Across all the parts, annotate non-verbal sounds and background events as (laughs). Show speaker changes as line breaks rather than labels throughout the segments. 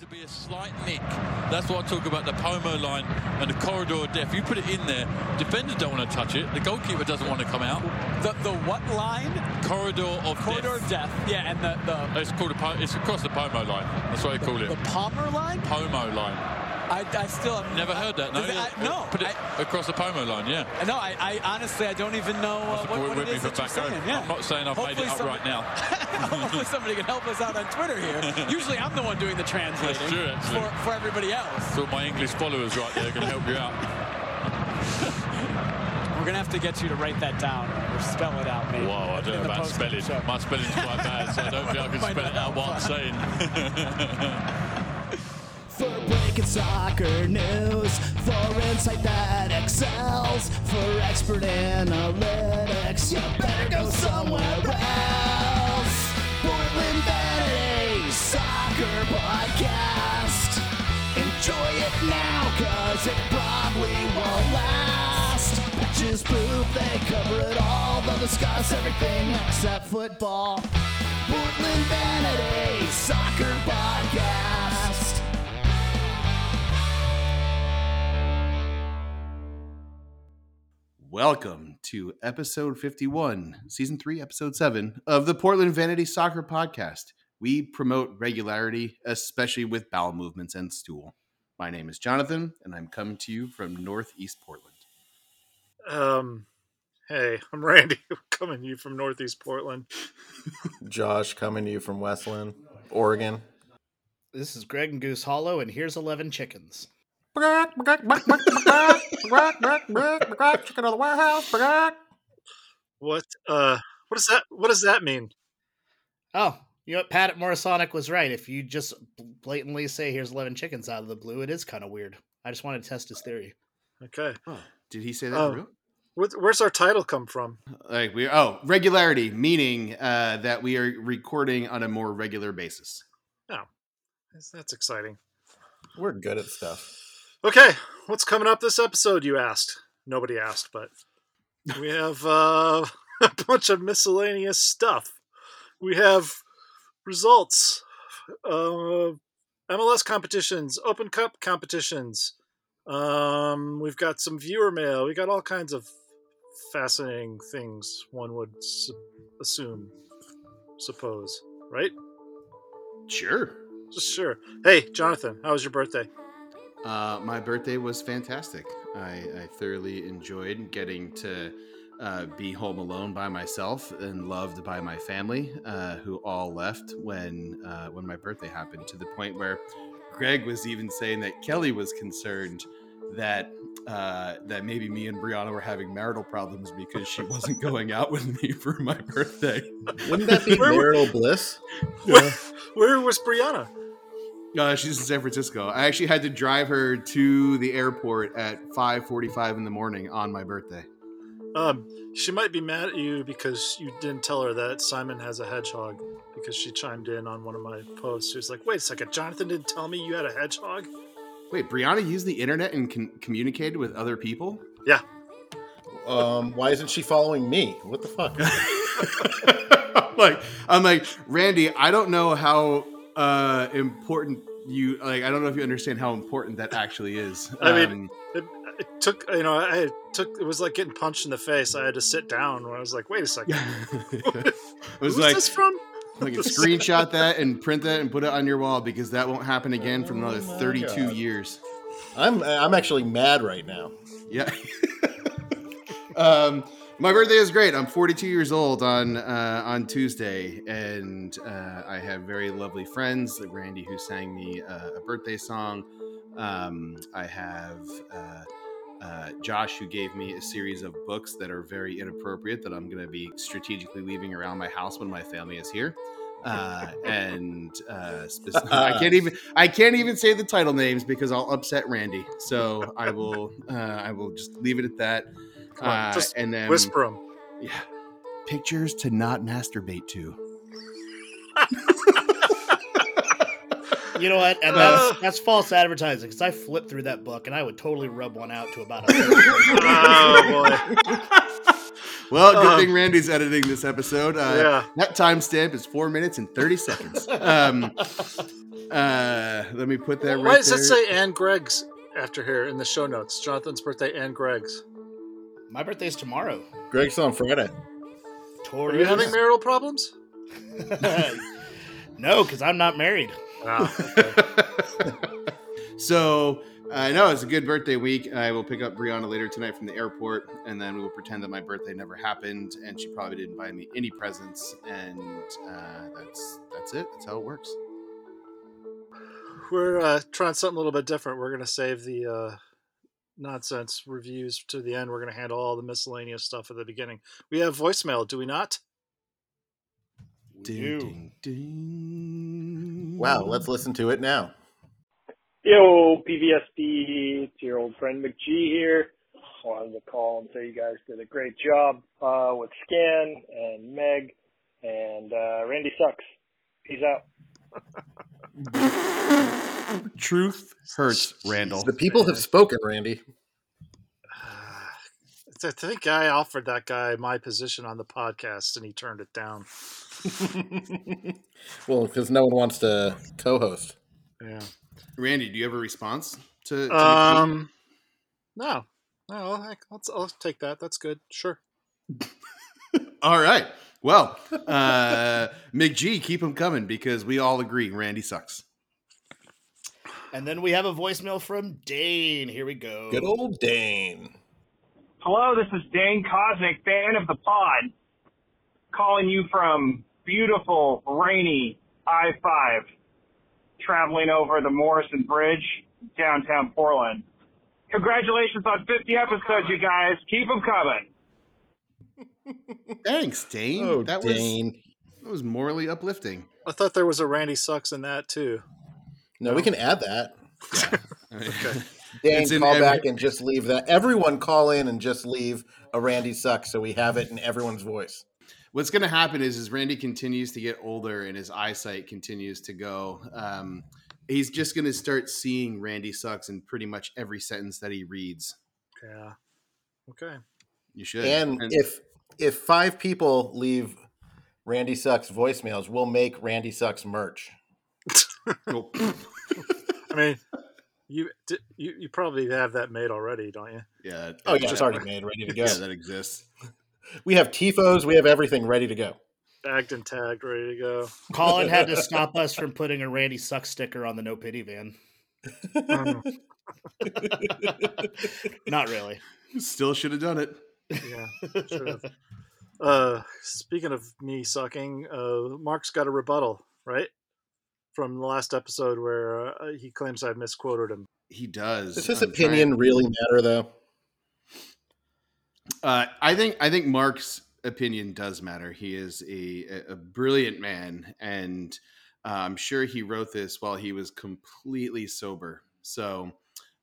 to be a slight nick. That's what I talk about the Pomo line and the corridor of death. You put it in there, defenders don't want to touch it. The goalkeeper doesn't want to come out.
The, the what line?
Corridor of
Corridor
death.
of death. Yeah, and the, the,
It's called a, po- it's across the Pomo line. That's what they call
the
it.
Palmer line?
Pomo line.
I, I still have
Never heard that. No,
Does it-
Yeah.
I- no,
Put it across the Pomo line. Yeah.
I, no I, I honestly, I don't even know uh, what,
We're
what it
with me
is
from
that you're
back home.
saying. Yeah.
I'm not saying I've made
Hopefully
it up
some-
right now.
(laughs) Hopefully somebody can help us out on Twitter
(laughs)
here. Usually I'm the one doing the translating
true, actually.
for, for everybody else.
It's all my English followers right there going to help you out.
We're going to have to get you to write that down or spell it out maybe.
Wow, I
in
don't know
the
about
post-game
spelling.
show.
My spelling's quite bad, so I don't think I can
(laughs) Might
spell
not
it out what I'm saying.
For breaking soccer news, for insight that excels, for expert analytics, you better go somewhere else. Portland Vanity Soccer Podcast. Enjoy it now, cause it probably won't last. Just poop, they cover it all, they'll discuss everything except football. Portland Vanity Soccer Podcast.
Welcome to episode 51, season 3, episode 7 of the Portland Vanity Soccer Podcast. We promote regularity, especially with bowel movements and stool. My name is Jonathan, and I'm coming to you from Northeast Portland.
Um, hey, I'm (laughs) Randy. coming to you from Northeast Portland.
Josh coming to you from Westland, Oregon.
This is Greg and Goose Hollow, and here's 11 chickens.
Chicken of the warehouse.
What? Uh, what does that? What does that mean?
Oh, you know what? Pat at Morrisonic was right. If you just blatantly say here's 11 chickens out of the blue, it is kind of weird. I just wanted to test his theory.
Okay.
Did he say that?
Oh.
for real?
Where, where's our title come from?
Like we oh regularity, meaning uh, that we are recording on a more regular basis.
That's- That's exciting.
We're good at stuff.
Okay, what's coming up this episode? You asked. Nobody asked, but we have uh, (laughs) a bunch of miscellaneous stuff. We have results, uh, MLS competitions, Open Cup competitions. Um, we've got some viewer mail. We got all kinds of fascinating things. One would su- assume, suppose, right?
Sure.
Sure. Hey, Jonathan, how was your birthday?
Uh, my birthday was fantastic. I, I thoroughly enjoyed getting to uh, be home alone by myself and loved by my family, uh, who all left when uh, when my birthday happened. To the point where Greg was even saying that Kelly was concerned that uh, that maybe me and Brianna were having marital problems because she
(laughs)
wasn't going out with me for my birthday.
Wouldn't that be
Where were-
marital bliss?
Where, where was Brianna?
Uh, she's in San Francisco. I actually had to drive her to the airport at 5:45 in the morning on my birthday.
Um, she might be mad at you because you didn't tell her that Simon has a hedgehog because she chimed in on one of my posts. She was like, wait a second, Jonathan didn't tell me you had a hedgehog?
Wait, Brianna used the internet and con- communicated with other people? (laughs)
Um, why isn't she following me? What the fuck?
like, I'm like, Randy, I don't know how uh, important you like. I don't know if you understand how important that actually is. Um,
I mean- It, it took, you know, I it took, it was like getting punched in the face. I had to sit down when I was like, wait a second.
(laughs) it was
Who's
like,
this from?
like screenshot that and print that and put it on your wall because that won't happen again for another
Oh my
32
God.
years.
I'm I'm actually mad right now.
Yeah. um, my birthday is great. I'm 42 years old on uh, on Tuesday, and uh, I have very lovely friends. Like Randy, who sang me uh, a birthday song. Um, I have uh, uh, Josh, who gave me a series of books that are very inappropriate that I'm going to be strategically leaving around my house when my family is here. Uh, and uh, spec- I can't even I can't even say the title names because I'll upset Randy. So I will uh, I will just leave it at that.
Come on,
Uh,
just
and then
Whisper 'em.
(laughs) yeah, pictures to not masturbate to.
You know what? And that's, that's false advertising because I flipped through that book and I would totally rub one out to about
(laughs)
a third.
Oh, boy.
Well, good
Um,
thing Randy's editing this episode. (laughs) Uh,
yeah. (laughs)
That timestamp is four minutes and thirty seconds. Um, Uh, let me put that right
Why does
there.
it say and Greg's after here in the show notes? Jonathan's birthday and Greg's.
My birthday's tomorrow.
Greg's on Friday.
Are you having
(laughs)
marital problems?
(laughs)
no, because I'm not married.
Ah,
(laughs) so I know it's a good birthday week. I will pick up Brianna later tonight from the airport, and then we will pretend that my birthday never happened, and she probably didn't buy me any presents, and uh, that's that's it. That's how it works.
we're uh, trying something a little bit different. We're going to save the uh, nonsense reviews to the end. We're going to handle all the miscellaneous stuff at the beginning. We have voicemail, do we not? (sighs)
Ding, ding, ding.
Wow, let's listen to it now.
Yo, PVSB, it's your old friend McGee here. Wanted to call and say you guys did a great job uh, with Scan and Meg, and uh, Randy sucks. Peace out.
Truth hurts, Randall.
The people have spoken, Randy.
I think I offered that guy my position on the podcast and he turned it down.
well, because no one wants to co-host.
Yeah.
Randy, do you have a response to? to
Um, no, no, I'll, I'll, I'll take that. That's good. Sure.
All right. Well, uh, McG, keep him coming because we all agree Randy sucks.
And then we have a voicemail from Dane. Here we go.
Good old Dane.
Hello, this is Dane Cosmic, fan of the pod, calling you from beautiful, rainy I-5, traveling over the Morrison Bridge, downtown Portland. Congratulations on 50 episodes, you guys. Keep 'em coming.
Thanks, Dane.
Oh,
that was
Dane.
that was morally uplifting.
I thought there was a Randy sucks in that too.
No, we can add that.
I mean,
Dane,
It's in
call
every-
back and just leave that. Everyone call in and just leave a Randy sucks so we have it in everyone's voice.
(laughs) What's going to happen is, is Randy continues to get older and his eyesight continues to go. Um, he's just going to start seeing Randy sucks in pretty much every sentence that he reads.
Yeah. Okay.
You should.
And if if five people leave Randy sucks voicemails, we'll make Randy sucks merch.
oh,
(clears throat)
I mean, you, di- you you probably have that made already, don't you?
yeah, that-
Oh yeah,
that-
it's already made, ready to go.
Yeah, that exists.
we have tifos, we have everything ready to go.
Tagged and tagged, ready to go.
Colin had to stop us from putting a Randy Suck sticker on the No Pity van.
Mm,
Not really.
Still should have done it.
Yeah. Should have. uh, speaking of me sucking, uh, Mark's got a rebuttal, right? From the last episode where uh, he claims I misquoted him.
He does.
Does his
I'm trying-
opinion really matter though?
Uh, I think I think Mark's opinion does matter. He is a a brilliant man, and uh, I'm sure he wrote this while he was completely sober. So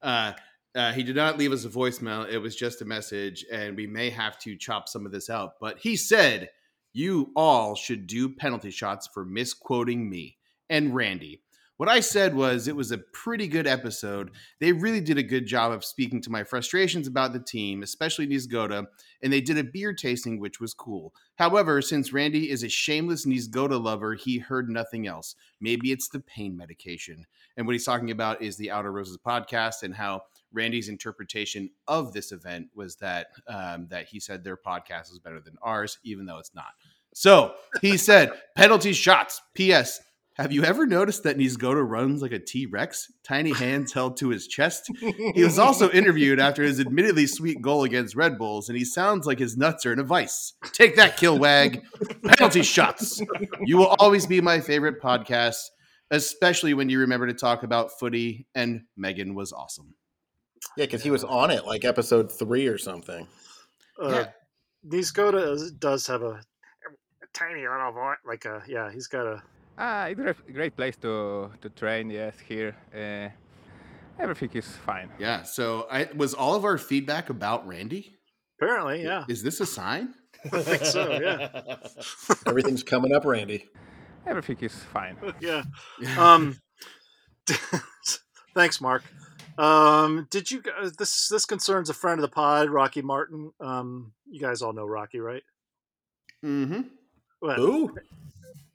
uh, uh, he did not leave us a voicemail. It was just a message, and we may have to chop some of this out. But he said, "You all should do penalty shots for misquoting me and Randy." What I said was it was a pretty good episode they really did a good job of speaking to my frustrations about the team, especially Nizgoda, and they did a beer tasting, which was cool. However, since Randy is a shameless Nizgoda lover, he heard nothing else. Maybe it's the pain medication. And what he's talking about is the Outer Roses podcast and how Randy's interpretation of this event was that um, that he said their podcast was better than ours, even though it's not. So he said, penalty shots. P.S. Have you ever noticed that Nizgoda runs like a T Rex, tiny hands held to his chest? He was also interviewed after his admittedly sweet goal against Red Bulls, and he sounds like his nuts are in a vice. Take that, Killwag. Penalty shots. You will always be my favorite podcast, especially when you remember to talk about footy, and Megan was awesome.
Yeah, because he was on it like episode three or something.
Uh, Niskoda is, does have a, a tiny little voice, like a yeah. He's got a
Ah, it's a great place to, to train, yes, here. Uh, everything is fine.
Yeah, so I was all of our feedback about Randy?
apparently yeah.
Is this a sign?
I think so yeah
Everything's coming up, Randy.
Everything is fine.
(laughs)
yeah. Um, (laughs) thanks, Mark. Um, did you guys- this this concerns a friend of the pod, Rocky Martin? Um, you guys all know Rocky, right?
Mm-hmm.
Well,
Ooh.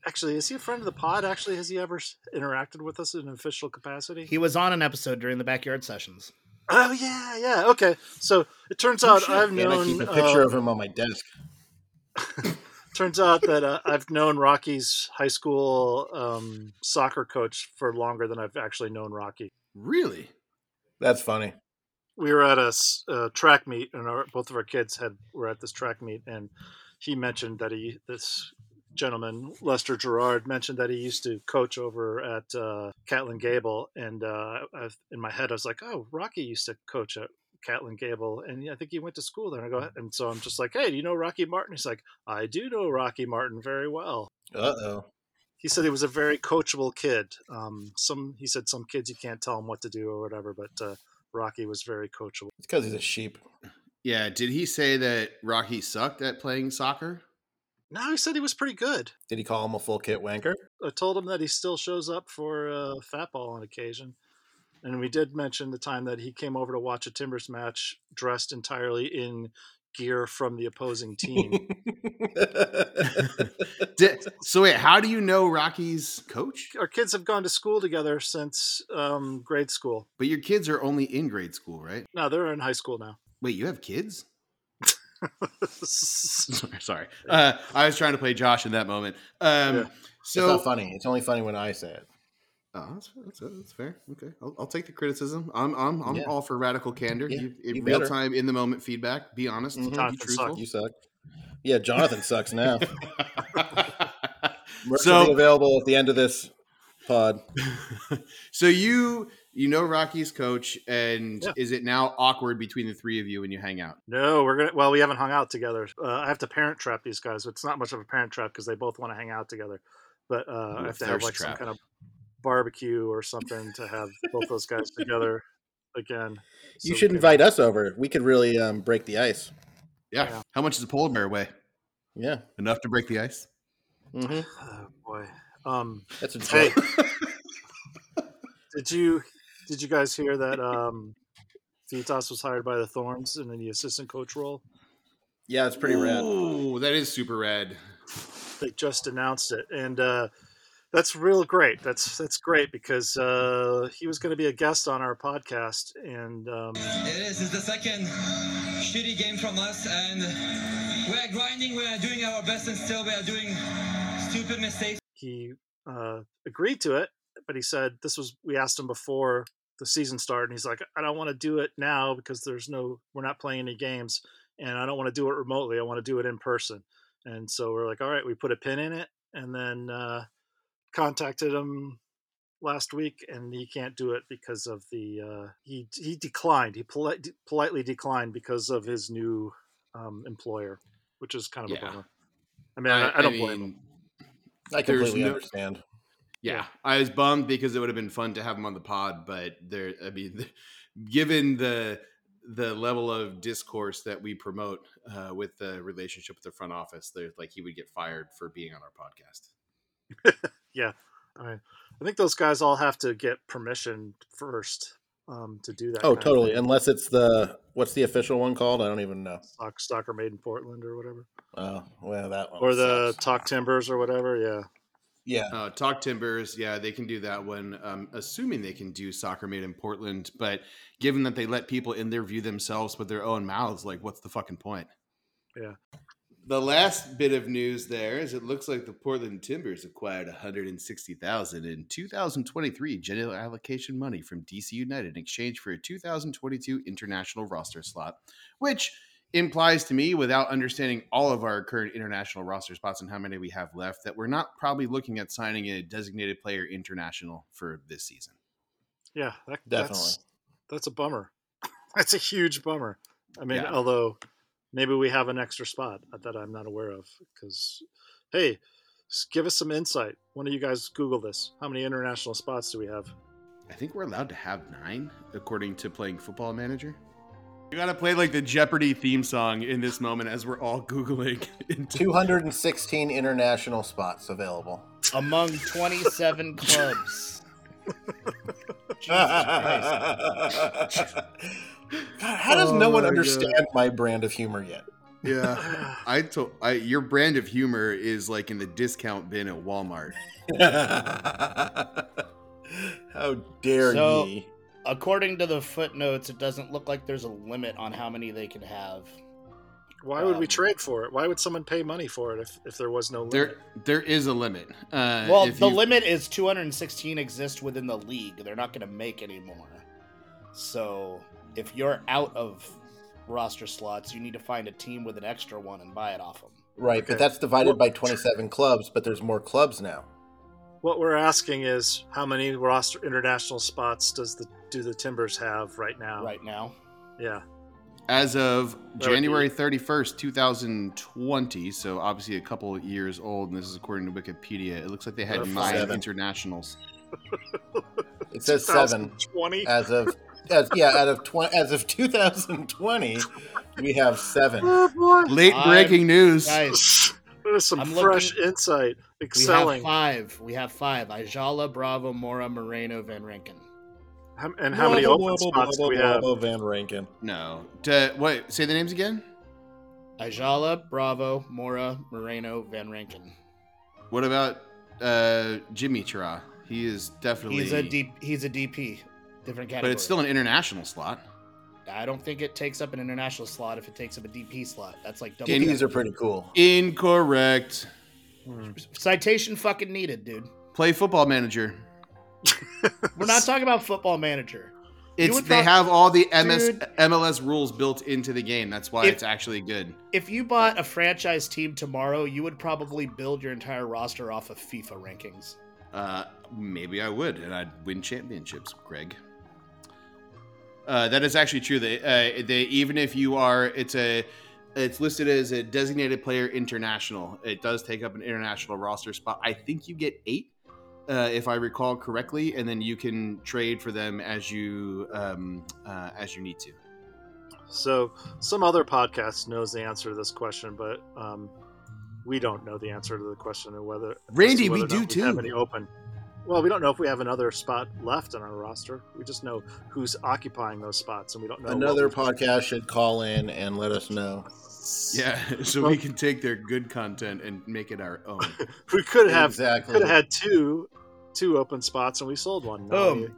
Actually, is he a friend of the pod? Actually, has he ever s- interacted with us in an official capacity?
He was on an episode during the backyard sessions.
Oh yeah, yeah. Okay, so it turns
Oh,
out
shit.
I've
Man,
known.
I keep a picture
uh,
of him on my desk.
Turns out that uh, I've known Rocky's high school um, soccer coach for longer than I've actually known Rocky.
Really?
That's funny.
We were at a s- uh, track meet, and our, both of our kids had were at this track meet, and he mentioned that he this gentleman Lester Gerard mentioned that he used to coach over at uh, Catlin Gable, and uh, i in my head I was like, oh, Rocky used to coach at. Catlin Gable, and I think he went to school there. And I go, and so I'm just like, hey, do you know Rocky Martin? He's like, I do know Rocky Martin very well.
Uh oh.
he said he was a very coachable kid. Um, some he said some kids you can't tell them what to do or whatever, but uh, Rocky was very coachable.
It's because he's a sheep.
Yeah. Did he say that Rocky sucked at playing soccer?
No, he said he was pretty good.
Did he call him a full kit wanker?
I told him that he still shows up for uh, fatball on occasion, and we did mention the time that he came over to watch a Timbers match dressed entirely in gear from the opposing team.
(laughs) Did, so wait, how do you know Rocky's coach?
Our kids have gone to school together since um, grade school.
But your kids are only in grade school, right?
No, they're in high school now. (laughs)
Wait, you have kids? Sorry, (laughs) Sorry. Uh, I was trying to play Josh in that moment. Um,
Yeah.
So
it's not funny. It's only funny when I say it.
Oh, that's, that's, that's fair. Okay, I'll, I'll take the criticism. I'm I'm, I'm
Yeah.
all for radical candor.
Yeah,
you, in
you
real
better.
time, in the moment feedback. Be honest.
Mhm.
Be
Jonathan
truthful.
You suck. Yeah, Jonathan
(laughs)
sucks now. Merch will be
so
available at the end of this pod.
(laughs) so you you know Rocky's coach, and
Yeah.
is it now awkward between the three of you when you hang out?
No, we're gonna. Well, we haven't hung out together. Uh, I have to parent trap these guys. but It's not much of a parent trap because they both want to hang out together. But uh, I
Ooh,
have to have
thirst
like
trap.
some kind of barbecue or something to have both those guys together again.
you should invite us over. We could really um, break the ice.
Yeah.
Yeah.
How much does a polar bear weigh?
Yeah.
Enough to break the ice.
hmm
Oh boy. Um,
That's a joke.
hey, did you did you guys hear that? Um, Vitas was hired by the Thorns in the assistant coach role.
Yeah, it's pretty rad.
Ooh, that is super rad.
they just announced it, and uh, that's real great. That's that's great because uh, he was going to be a guest on our podcast, and um,
It is. It's the second shitty game from us, and we are grinding. We are doing our best, and still we are doing stupid mistakes.
he uh, agreed to it. But he said this was we asked him before the season started, and he's like, I don't want to do it now because there's no we're not playing any games, and I don't want to do it remotely. I want to do it in person. And so we're like, all right, we put a pin in it, and then uh, contacted him last week and he can't do it because of the uh he he declined he poli- de- politely declined because of his new um employer which is kind of
Yeah.
a bummer i mean i, I don't blame him
I
There's
completely
no-
understand.
Yeah, I was bummed because it would have been fun to have him on the pod, but there, I mean, (laughs) given the the level of discourse that we promote uh, with the relationship with the front office, there's like he would get fired for being on our podcast.
I mean, I think those guys all have to get permission first um, to do that.
Oh,
kind of
totally.
thing.
Unless it's the what's the official one called? I don't even know.
Stock, stock are made in Portland or whatever,
Oh, well, that one.
or the
sucks.
Talk Timbers or whatever. Yeah,
yeah.
Uh, Talk Timbers, yeah, they can do that one. Um, assuming they can do soccer made in Portland, but given that they let people in their view themselves with their own mouths, like what's the fucking point?
Yeah.
The last bit of news there is it looks like the Portland Timbers acquired 160,000 in 2023 general allocation money from DC United in exchange for a 2022 international roster slot, which implies to me, without understanding all of our current international roster spots and how many we have left, that we're not probably looking at signing a designated player international for this season.
yeah, that, That's,
Definitely.
that's a bummer. (laughs) That's a huge bummer. I mean,
Yeah.
although maybe we have an extra spot uh, that I'm not aware of. Because hey, s- give us some insight. One of you guys Google this. How many international spots do we have?
I think we're allowed to have nine, according to playing football manager. You gotta play like the Jeopardy theme song in this moment as we're all (laughs) Googling. Into-
216 international spots available.
Among 27 clubs.
Oh God, how does no one understand my brand of humor yet?
(laughs) Yeah, I told I, your brand of humor is like in the discount bin at Walmart.
(laughs) How dare
So-
ye?
According to the footnotes, it doesn't look like there's a limit on how many they can have.
Why would we
Um,
trade for it? Why would someone pay money for it if, if there was no limit?
There, there is a limit. Uh,
well,
if
the
you-
limit is 216 exist within the league. They're not going to make any more. So if you're out of roster slots, you need to find a team with an extra one and buy it off them.
Right,
Okay.
but that's divided by
Well-
27 clubs, but there's more clubs now.
What we're asking is how many roster international spots does the do the Timbers have right now?
right now.
Yeah.
as of
That would be-
January 31st, 2020, so obviously a couple of years old, and this is according to Wikipedia, it looks like they had
Or
nine
seven.
(laughs)
internationals.
It says seven
2020.
Uh,
(laughs)
as of as yeah out of tw- as of 2020, we have seven.
Oh boy.
Late
Five
breaking news.
Guys,
There's some
I'm
fresh
looking-
insight.
we
Excelling.
have five. We have five. Ajala, Bravo, Mora, Moreno, Van Ranken.
How- and how many open
Wobble, wobble,
spots do
wobble,
we have?
wobble, Van Rankin.
No. D- what? Say the names again?
Ajala, Bravo, Mora, Moreno, Van Ranken.
What about uh, Jimmy Chara? He is definitely.
He's a D, he's a DP, different
But
category.
it's still an international slot.
I don't think it takes up an international slot if it takes up a DP slot. That's like double.
DPs
coverage.
are pretty cool.
Incorrect.
Citation fucking needed, dude.
Play football manager.
We're
(laughs)
not talking about football manager.
It's
would
they
prob-
have all the MS,
Dude.
MLS rules built into the game. That's why
If-
it's actually good.
If you bought a franchise team tomorrow, you would probably build your entire roster off of FIFA rankings.
Uh, maybe I would, and I'd win championships, Greg. Uh, that is actually true. They, uh, they even if you are, it's a, it's listed as a designated player international. It does take up an international roster spot. I think you get eight, uh, if I recall correctly, and then you can trade for them as you um, uh, as you need to.
So some other podcast knows the answer to this question, but um, we don't know the answer to the question of whether as to
Randy,
whether
we
or not
do
Have
too.
any open? Well, we don't know if we have another spot left on our roster. We just know who's occupying those spots, and we don't know what
Another
we've-
podcast should call in and let us know.
Yeah, (laughs) so we can take their good content and make it our (laughs) own.
We could have
exactly.
could have had two two open spots, and we sold one. No,
Boom.
we-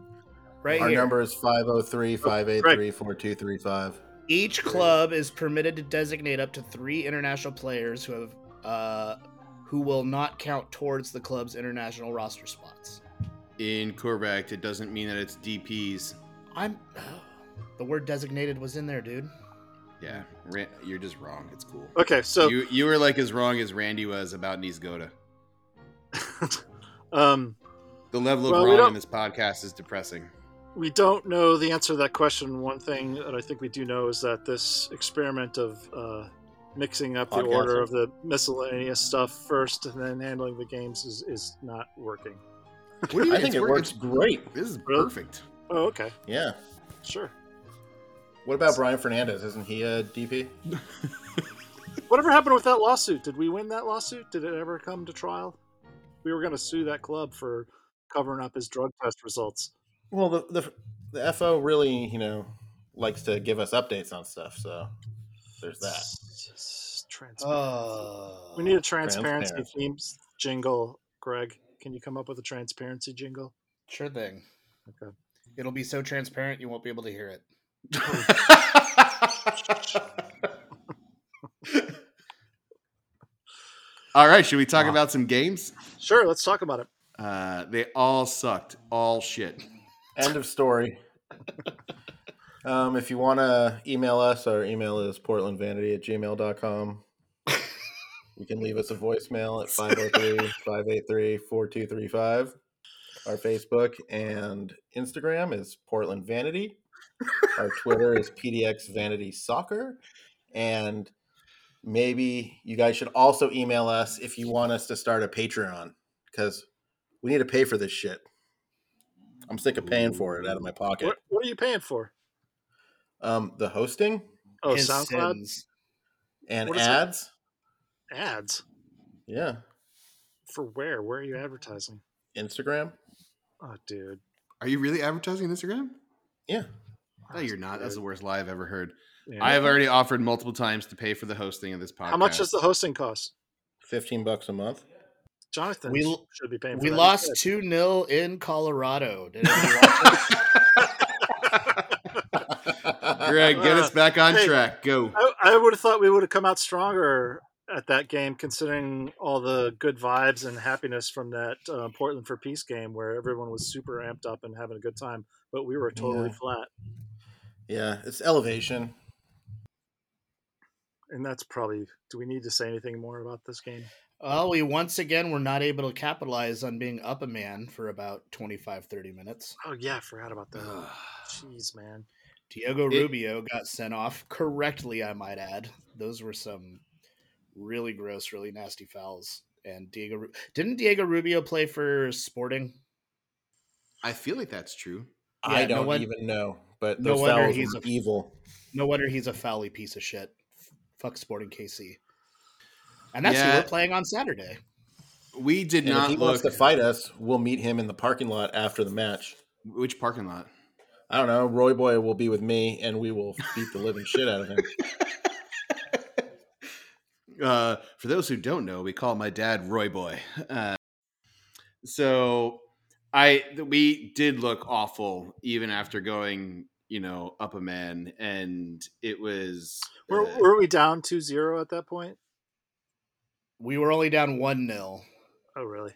Right
Our
here.
number is 503 583 4235.
Each club is permitted to designate up to three international players who have uh, who will not count towards the club's international roster spots.
Incorrect. It doesn't mean that it's DPS.
I'm (sighs) the word designated was in there, dude.
Yeah, Ran- you're just wrong. It's cool.
Okay, so
you you were like as wrong as Randy was about Nizgoda.
um,
The level of
Well, we
wrong
don't-
in this podcast is depressing.
we don't know the answer to that question. One thing that I think we do know is that this experiment of uh, mixing up the
Podcasting.
order of the miscellaneous stuff first and then handling the games is, is not working.
What (laughs) do you
I think it
wor-
works great.
This is
Really? (laughs)
perfect.
Oh, okay,
Yeah.
sure.
What about Brian Fernandez? Isn't he a DP?
Whatever happened with that lawsuit? Did we win that lawsuit? Did it ever come to trial? We were going to sue that club for covering up his drug test results.
Well, the, the the FO really, you know, likes to give us updates on stuff. So there's that.
Transparency.
Oh,
we need a transparency,
transparency.
theme jingle, Greg. Can you come up with a transparency jingle?
sure thing.
Okay.
It'll be so transparent you won't be able to hear it.
All right, should we talk about some games?
Sure, let's talk about it.
Uh, they all sucked. All shit.
End of story. um, if you want to email us, our email is portlandvanity at gmail.com. You can leave us a voicemail at 503 583 4235. Our Facebook and Instagram is Portland Vanity. Our Twitter is PDX Vanity Soccer. And maybe you guys should also email us if you want us to start a Patreon because we need to pay for this shit. I'm sick of paying for it out of my pocket.
What, what are you paying for?
Um, the hosting
Oh,
His
SoundCloud
sins.
and
What is it?
ads.
ads
Yeah.
for where? Where are you advertising?
Instagram.
Oh, dude.
Are you really advertising on Instagram?
Yeah.
No, you're not. That's the worst lie I've ever heard. I have already offered multiple times to pay for the hosting of this podcast.
How much does the hosting cost?
Fifteen bucks a month.
Jonathan
We l-
should be paying. For
We
that
lost
instead.
2 0 in Colorado. Did anybody
(laughs)
watch it?
Greg, get us back on
Hey.
track. Go.
I, I would have thought we would have come out stronger at that game, considering all the good vibes and happiness from that uh, Portland for Peace game, where everyone was super amped up and having a good time, but we were totally
Yeah.
flat,
Yeah, it's elevation.
and that's probably. Do we need to say anything more about this game?
well, we once again were not able to capitalize on being up a man for about 25, 30 minutes.
Oh yeah, I forgot about that. (sighs) Jeez, man.
Diogo
It-
Rubio got sent off correctly, I might add. Those were some really gross, really nasty fouls. And Diego Ru- didn't Diego Rubio play for Sporting?
I feel like that's true.
Yeah,
I
no
don't
one-
even know, but
no
those
wonder
fouls
he's
were
a-
evil.
No wonder he's a foully piece of shit. F- Fuck Sporting KC. And that's who
Yeah.
we're playing on Saturday.
We did
And if
not
he
look.
wants to fight us, we'll meet him in the parking lot after the match.
Which parking lot?
I don't know. Roy Boy will be with me, and we will beat the living shit out of him.
Uh, for those who don't know, we call my dad Roy Boy. Uh, so I we did look awful even after going, you know, up a man, and it was.
Were,
uh,
were we down 2-0 at that point?
We were only down 1 0.
Oh really?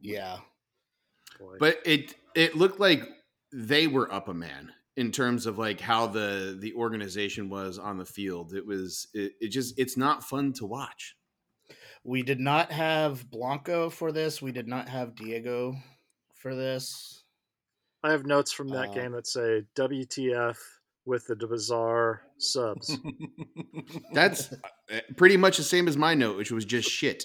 Yeah.
Boy.
but it it looked like they were up a man in terms of like how the the organization was on the field it was it, it just it's not fun to watch
We did not have Blanco for this. We did not have Diego for this.
I have notes from that
Uh,
game that say WTF with the bizarre (laughs) subs.
(laughs) that's uh, pretty much the same as my note which was just shit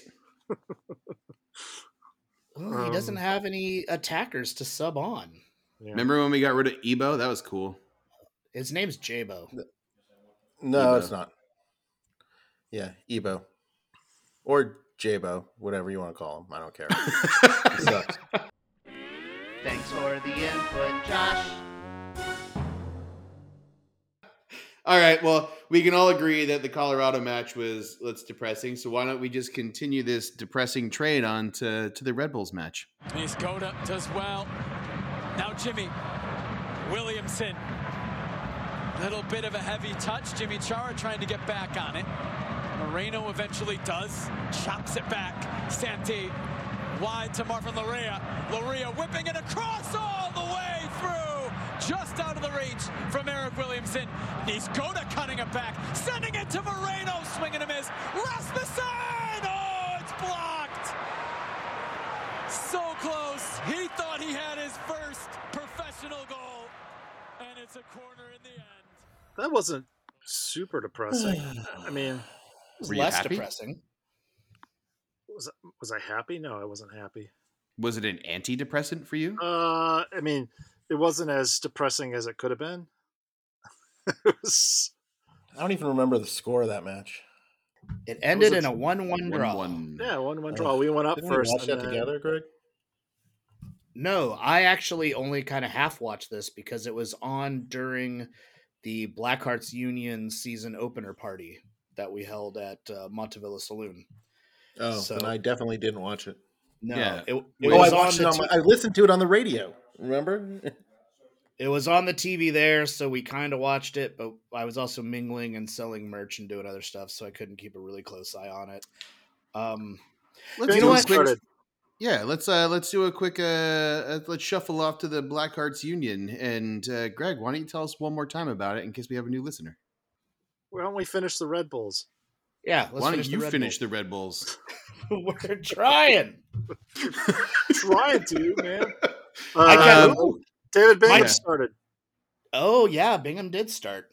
Ooh, he doesn't
Um,
have any attackers to sub on.
Yeah.
remember when we got rid of ebo that was cool (laughs)
His name's Jabo.
No,
Ebo.
it's not. Yeah, Ebo or Jabo, whatever you want to call him. I don't care. He sucks.
Thanks for the input, Josh.
all right well we can all agree that the colorado match was let's depressing so why don't we just continue this depressing train on to to the red bulls match
And he's going up does well. Now Jimmy Williamson. Little bit of a heavy touch. Jimmy Chara trying to get back on it. Moreno eventually does. Chops it back. Santi wide to Marvin Larea. Larea whipping it across all the way through. Just out of the reach from Eric Williamson. He's Goda cutting it back. Sending it to Moreno. Swinging a miss. Rasmussen! Oh, it's blocked! So close. He thought he had his first professional goal, and it's a corner in the end.
that wasn't super depressing. I (sighs) mean,
It was
Were you
less
happy?
depressing.
was was I happy? No, I wasn't happy.
was it an antidepressant for you
Uh, I mean, it wasn't as depressing as it could have been. (laughs) it was
I don't even remember the score of that match.
It ended
a
in a 1 1 draw.
one.
yeah, one one draw. We went up
Didn't
first.
we watch
and
that
then-
together, Greg?
No, I actually only kind of half watched this because it was on during the Blackhearts Union season opener party that we held at uh, Montevilla Saloon.
Oh,
So-
then I definitely didn't watch it.
No,
Yeah.
it, it
Oh, I
was
watched
on
it
the
on
t-
my, I listened to it on the radio. Remember?
it was on the TV there, so we kind of watched it. But I was also mingling and selling merch and doing other stuff, so I couldn't keep a really close eye on it. Um,
Let's
You
do
know
a
what?
quick-
Started.
yeah, let's uh, let's do a quick uh, uh, let's shuffle off to the Black Hearts Union and uh, Greg, why don't you tell us one more time about it in case we have a new listener?
Why don't we finish the Red Bulls?
yeah, let's
why don't
finish
you
the Red
finish the Red Bulls?
Bull. (laughs) We're trying.
Trying to man.
I
Uh,
can't.
Um,
David Bingham
Mike-
started.
oh yeah, Bingham did start.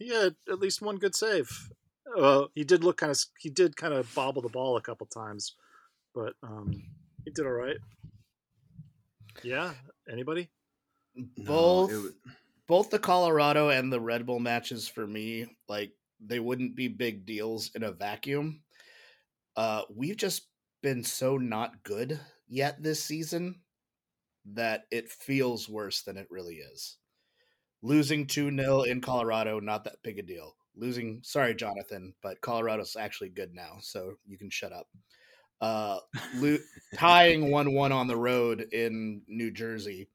He had at least one good save. Uh, he did look kind of he did kind of bobble the ball a couple times, but um, he did all right. Yeah. Anybody?
No,
Both
it was-
both the Colorado and the Red Bull matches for me, like they wouldn't be big deals in a vacuum. Uh, we've just been so not good yet this season that it feels worse than it really is. Losing 2 0 in Colorado, not that big a deal. Losing, sorry, Jonathan, but Colorado's actually good now, so you can shut up. Uh,
(laughs)
lo- tying 1 1 on the road in New Jersey,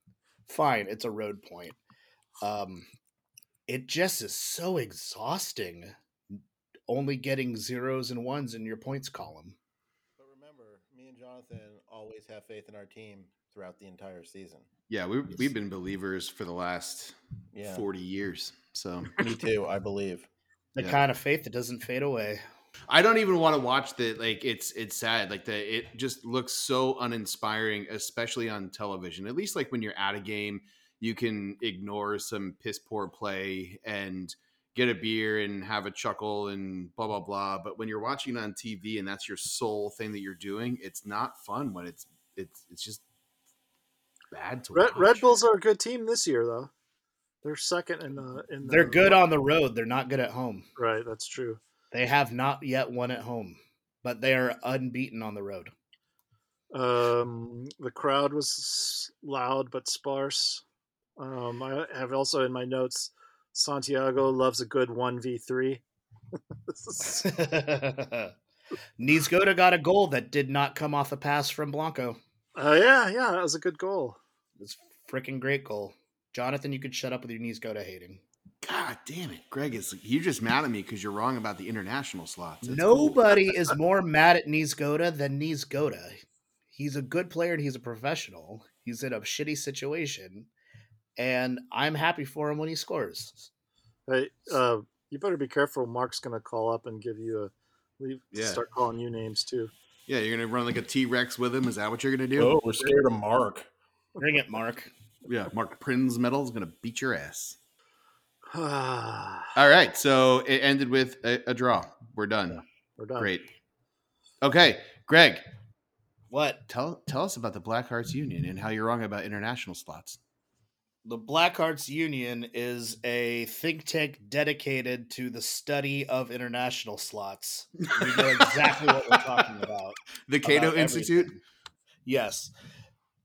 fine, it's a road point. Um, it just is so exhausting only getting zeros and ones in your points column.
But remember, me and Jonathan always have faith in our team throughout the entire season.
Yeah, we, we've been believers for the last
Yeah.
40 years. So
Me too, I believe.
The
Yeah.
kind of faith that doesn't fade away.
I don't even want to watch the like it's it's sad like the it just looks so uninspiring especially on television. At least like when you're at a game, you can ignore some piss poor play and get a beer and have a chuckle and blah blah blah, but when you're watching on TV and that's your sole thing that you're doing, it's not fun when it's it's it's just bad to
Red,
watch.
Red Bulls are a good team this year, though. They're second in the in. The,
They're good on the road. They're not good at home.
right. That's true.
They have not yet won at home, but they are unbeaten on the road. (laughs)
Um, the crowd was s- loud but sparse. Um, I have also in my notes Santiago loves a good one v three.
Nizgoda got a goal that did not come off a pass from Blanco.
Uh, yeah, yeah, that was a good goal.
It's freaking great goal. Jonathan, you could shut up with your Nizgoda hating.
God damn it, Greg is you're just mad at me cuz you're wrong about the international slots. It's cool.
Nobody is more mad at Nizgoda than Nizgoda. He's a good player and he's a professional. He's in a shitty situation, and I'm happy for him when he scores.
Hey, uh, you better be careful. Mark's gonna call up and give you a leave.
Yeah.
Start calling you names too. (sighs)
Yeah, you're gonna run like a T Rex with him. Is that what you're gonna do?
Oh, we're scared of Mark.
Bring it, Mark.
Yeah, Mark Prinz medal is gonna beat your ass.
We're
All right, so it ended with a, a draw. We're done.
done.
Great. Okay, Greg,
What?
tell tell us about the Black Hearts Union and how you're wrong about international slots.
The Black Hearts Union is a think tank dedicated to the study of international slots. We know exactly what
(laughs)
we're (laughs) talking about.
The Cato
about
Institute.
everything. Yes.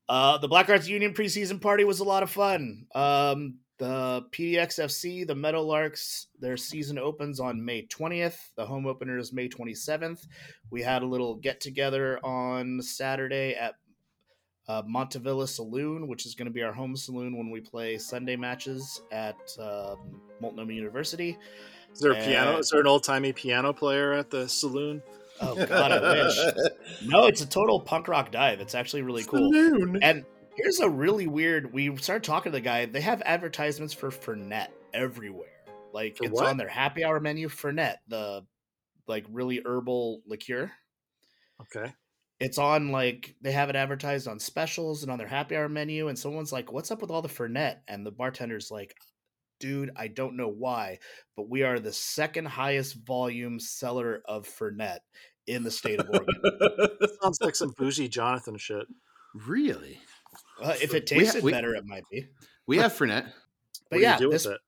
Uh, the Black Arts Union preseason party was a lot of fun. Um, the PDXFC, the Meadowlarks, their season opens on May 20th. The home opener is May 27th. We had a little get together on Saturday at uh, Montevilla Saloon, which is going to be our home saloon when we play Sunday matches at um, Multnomah University.
Is there a piano?
Uh,
Is there an old timey piano player at the saloon?
Oh, God, I wish. No, it's a total punk rock dive. It's actually really cool.
Saloon.
And here's a really weird. We started talking to the guy. They have advertisements for Fernet everywhere. Like
For
it's
what?
on their happy hour menu. Fernet, the like really herbal liqueur.
Okay.
It's on like they have it advertised on specials and on their happy hour menu. And someone's like, "What's up with all the Fernet?" And the bartender's like, "Dude, I don't know why, but we are the second highest volume seller of Fernet in the state of Oregon."
(laughs) Sounds like some bougie Jonathan shit.
Really?
Uh, if it
We ha-
tasted
we-
better, it might be.
We have Fernet.
But
what
yeah,
do you do
this
with it?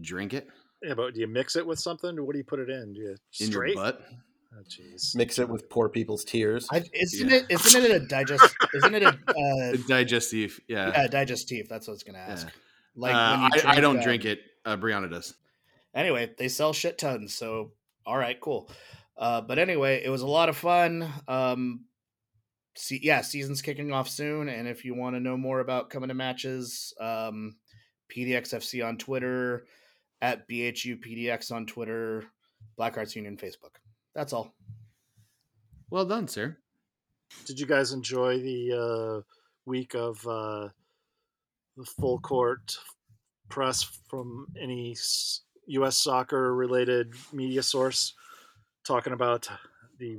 Drink it
Yeah, but do you mix it with something? What do you put it in? Do you
in
straight?
your butt.
Oh, Jeez.
Mix it with poor people's tears.
I, isn't
Yeah.
it? Isn't it a digest?
(laughs)
Isn't it a uh,
Digestive. Yeah.
yeah, digestive? That's what I was gonna
Yeah.
ask.
Like
Like when you
I, I don't
uh,
drink it. Uh, Brianna does.
Anyway, they sell shit tons. So all right, cool. Uh, but anyway, it was a lot of fun. Um, see, yeah, season's kicking off soon, and if you want to know more about coming to matches, um, PDXFC on Twitter, at BHU PDX on Twitter, Black Arts Union Facebook. That's all.
Well done, sir.
Did you guys enjoy the uh, week of uh, the full court press from any s- U.S. soccer related media source talking about the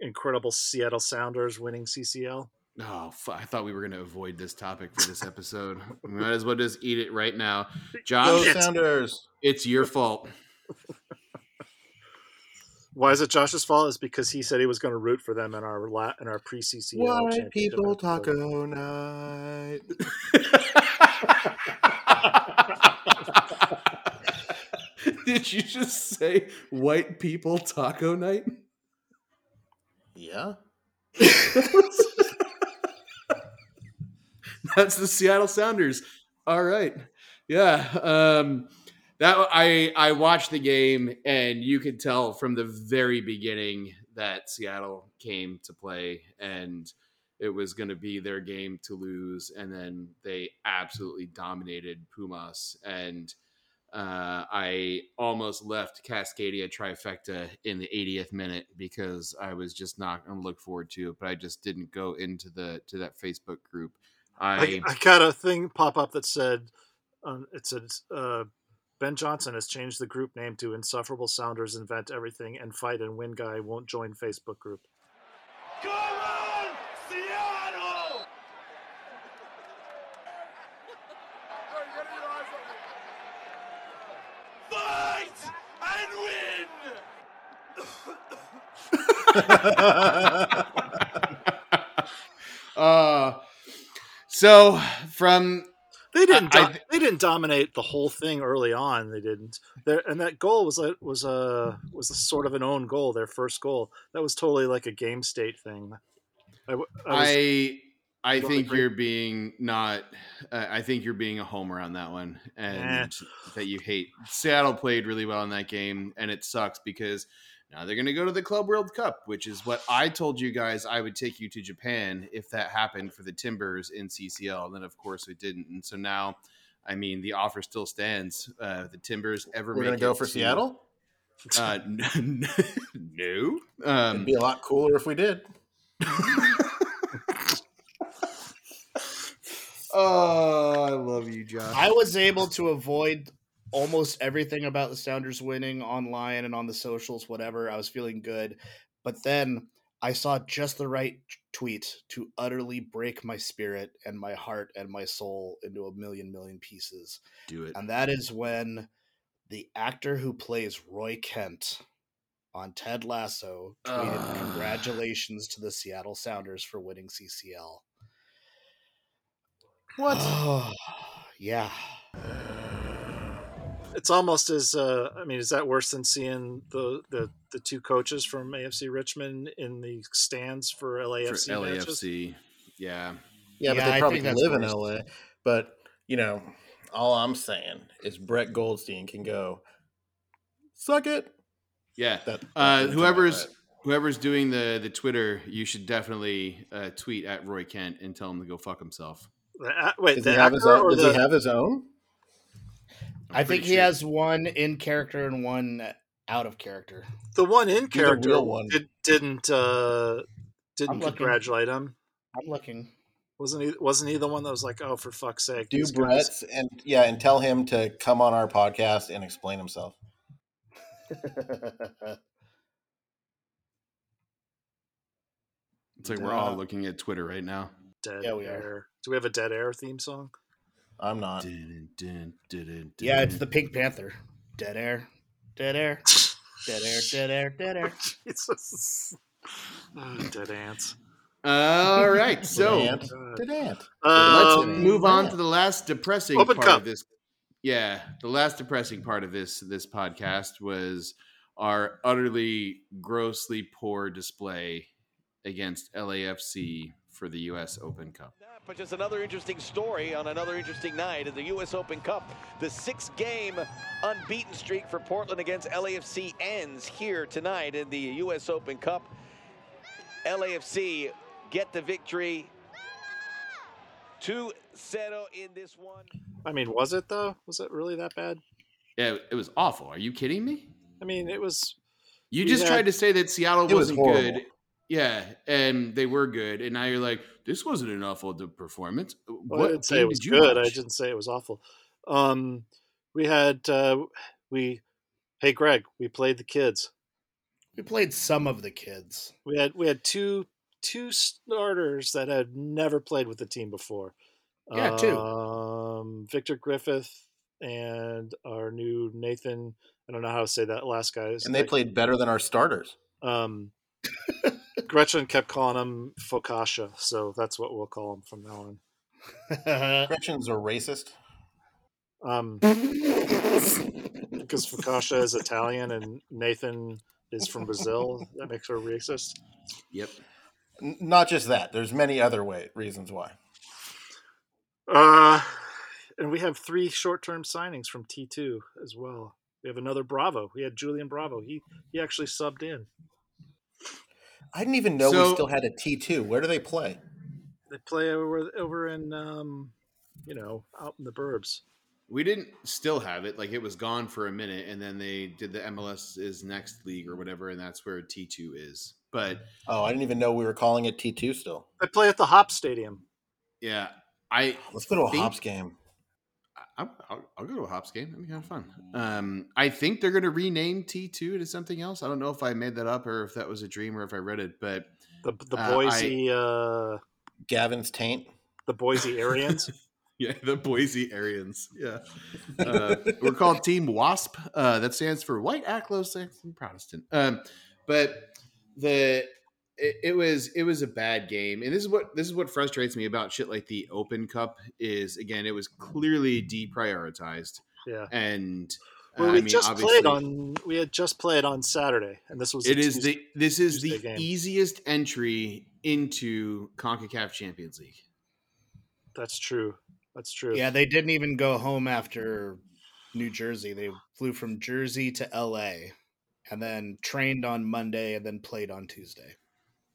incredible Seattle Sounders winning CCL?
Oh, fu- I thought we were going to avoid this topic for this episode. we might as well just eat it right now.
Go
Josh,
Sounders.
it's your fault.
Why is it Josh's fault? Is because he said he was going to root for them in our la- in our pre CCL.
White people taco night.
Did you just say white people taco night?
Yeah.
That's the Seattle Sounders. All right. Yeah. Um, that I I watched the game, and you could tell from the very beginning that Seattle came to play, and it was going to be their game to lose, and then they absolutely dominated Pumas, and uh, I almost left Cascadia trifecta in the 80th minute because I was just not going to look forward to it, but I just didn't go into the to that Facebook group.
I,
I,
I got a thing pop up that said, um, it said, uh, Ben Johnson has changed the group name to Insufferable Sounders Invent Everything and Fight and Win Guy Won't Join Facebook Group.
Go on, Seattle! Fight and win!
uh, so from
They didn't.
I-
do- they didn't dominate the whole thing early on. They didn't. There and that goal was a was a was a sort of an own goal. Their first goal. That was totally like a game state thing. I w- I was-
I I,
Well,
think
agree.
you're being not. Uh, I think you're being a homer on that one, and
Eh.
that you hate. Seattle played really well in that game, and it sucks because now they're going to go to the Club World Cup, which is what I told you guys I would take you to Japan if that happened for the Timbers in CCL. And then of course it didn't, and so now. I mean, the offer still stands. Uh, the Timbers ever
We're gonna
make
go
it
for
to-
Seattle?
Uh, (laughs) n- no,
It'd
um,
be a lot cooler if we did.
Oh, I love you, Josh.
I was able to avoid almost everything about the Sounders winning online and on the socials, whatever. I was feeling good. But then I saw just the right t- tweet to utterly break my spirit and my heart and my soul into a million, million pieces.
do it.
And that is when the actor who plays Roy Kent on Ted Lasso tweeted
Ugh.
congratulations to the Seattle Sounders for winning CCL.
What?
(sighs) yeah.
it's almost as uh, I mean, is that worse than seeing the, the the two coaches from AFC Richmond in the stands for
for
LAFC? matches?
LAFC. Yeah.
Yeah,
Yeah,
but
I
they probably
think that's
live
worse.
in LA. But you know, all I'm saying is Brett Goldstein can go suck it.
Yeah.
That,
Uh,
that's
whoever's
about
whoever's doing the the Twitter, you should definitely uh, tweet at Roy Kent and tell him to go fuck himself.
The a-
it.
wait,
Does, he
the
have, his
actor
own,
or
does
the
he have his own?
I'm
i think
pretty
he
sure-
has one in character and one out of character.
the one in
You're the
character
real one.
Did, didn't uh, didn't
I'm looking.
congratulate him?
I'm looking.
Wasn't he? Wasn't he the one that was like, "Oh, for fuck's sake,
Do
these guys-
Brett's and yeah, and tell him to come on our podcast and
(laughs)
explain himself.
It's like we're all
Yeah.
looking at Twitter right now.
dead
Yeah, we are.
air"? Do we have a dead air theme song? (laughs)
I'm not.
Dun, dun, dun, dun,
yeah, it's
dun.
the Pink Panther. Dead air. Dead air. Dead
(laughs)
air. Dead air. Dead air.
Jesus, oh, dead
(laughs)
ants.
(laughs) All right, so
Dant,
God.
dant.
let's
Um,
move on to the last depressing
Open
part
cup.
of this. Yeah, the last depressing part of this this podcast was our utterly grossly poor display against LAFC for the U.S. Open Cup.
That, But just another interesting story on another interesting night in the U.S. Open Cup. The six game unbeaten streak for Portland against LAFC ends here tonight in the U.S. Open Cup. LAFC get the victory. 2 0 in this one.
I mean, was it though? Was it really that bad?
Yeah, it was awful. Are you kidding me?
I mean, it was.
You
We
just
had-
tried to say that Seattle
It was
wasn't
horrible.
good. Yeah, and they were good, and now you're like, this wasn't an awful de- performance.
Well,
what
I didn't say
game
it was
did you
good. I
watch?
didn't say it was awful. Um, we had uh, we. Hey, Greg, we played the kids.
We played some of the kids.
We had we had two two starters that had never played with the team before.
Yeah, two.
Um, Victor Griffith and our new Nathan. I don't know how to say that last guy's.
And they
name.
played better than our starters.
Um, Gretchen kept calling him Focaccia, so that's what we'll call him from now on.
Uh,
Corrections are racist.
Um, because Fakasha is Italian and Nathan is from Brazil. That makes her racist.
Yep.
N- not just that. There's many other way reasons why.
Uh, and we have three short-term signings from T2 as well. We have another Bravo. We had Julian Bravo. He he actually subbed in.
I didn't even know
So-
we still had a T two. Where do they play?
They play over over in um, you know, out in the burbs.
We didn't still have it. Like it was gone for a minute, and then they did the MLS is next league or whatever, and that's where T two is. But
Oh, I didn't even know we were calling it T two still.
They play at the Hop Stadium.
yeah, I
Let's go to a
Think-
hops game.
I, I'll, I'll go to a hops game. That'd be kind of fun. Um, I think they're going to rename T two to something else. I don't know if I made that up or if that was a dream or if I read it, but
The the
Uh, I-
Boise uh,
Gavin's taint.
the
(laughs)
Boise Arians.
yeah, the Boise Arians. Yeah,
(laughs)
uh, we're called Team WASP. Uh, that stands for White Anglo-Saxon Protestant. Um, but the it, it was it was a bad game, and this is what this is what frustrates me about shit like the Open Cup is again it was clearly deprioritized
yeah.
and. uh,
Well,
I
we
mean,
just
obviously-
played on we had just played on Saturday, and this was a
It is
Tuesday.
the this is the
Tuesday game.
easiest entry into CONCACAF Champions League.
That's true. That's true.
Yeah, they didn't even go home after New Jersey. They flew from Jersey to LA and then trained on Monday and then played on Tuesday.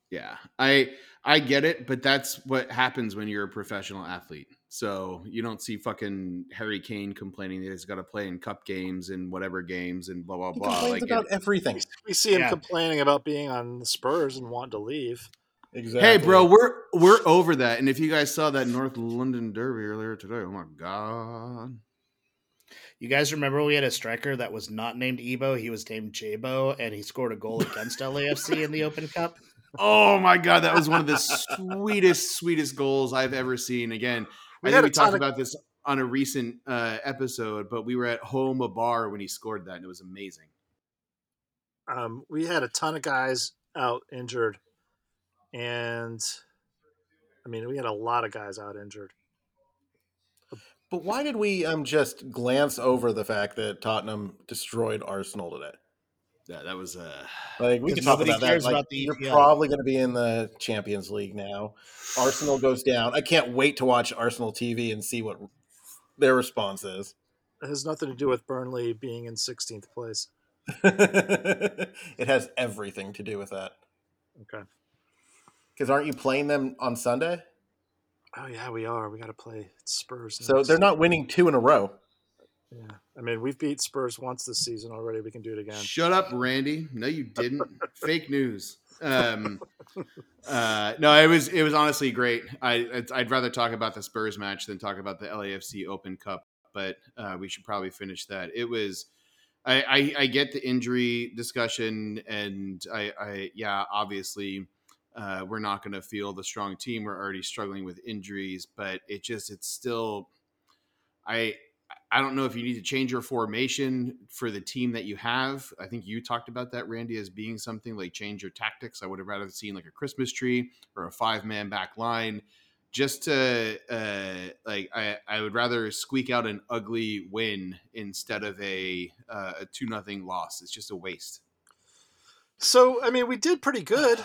Yeah. I I get it, but that's what happens when you're a professional athlete. So you don't see fucking Harry Kane complaining that he's got to play in cup games and whatever games and blah blah
He
blah.
complains
Like,
about everything.
We see him
Yeah.
complaining about being on the Spurs and wanting to leave.
Exactly.
hey, bro, we're we're over that. And if you guys saw that North London Derby earlier today, oh my god,
You guys remember we had a striker that was not named Ebo, he was named Jabo, and he scored a goal against LAFC in the Open Cup.
oh my god, that was one of the sweetest sweetest goals I've ever seen. Again,
We
I think
had a
we talked
ton of-
about this on a recent uh, episode, but we were at home a bar when he scored that, and it was amazing.
Um, we had a ton of guys out injured, and I mean, we had a lot of guys out injured.
But why did we um just glance over the fact that Tottenham destroyed Arsenal today?
Yeah, that was uh
Like we
'Cause
can talk
nobody
about that.
cares
Like,
about the E
you're
EPL.
probably going to be in the Champions League now. Arsenal goes down. I can't wait to watch Arsenal TV and see what their response is. (laughs)
It has nothing to do with Burnley being in 16th place.
it has everything to do with that.
Okay.
Because aren't you playing them on Sunday?
Oh yeah, we are. We got to play Spurs.
So they're not winning two in a row.
Yeah. I mean, we've beat Spurs once this season already. We can do it again.
Shut up, Randy. No, you didn't. Fake news. Um, uh, no, it was it was honestly great. I it's, I'd rather talk about the Spurs match than talk about the LAFC Open Cup, but uh, we should probably finish that. It was. I, I, I get the injury discussion, and I, I yeah, obviously, uh, we're not going to feel the strong team. We're already struggling with injuries, but it just it's still. I I don't know if you need to change your formation for the team that you have. I think you talked about that, Randy, as being something like change your tactics. I would have rather seen like a Christmas tree or a five man back line. Just to uh, like, I, I would rather squeak out an ugly win instead of a uh, a two nothing loss. It's just a waste.
So I mean, we did pretty good.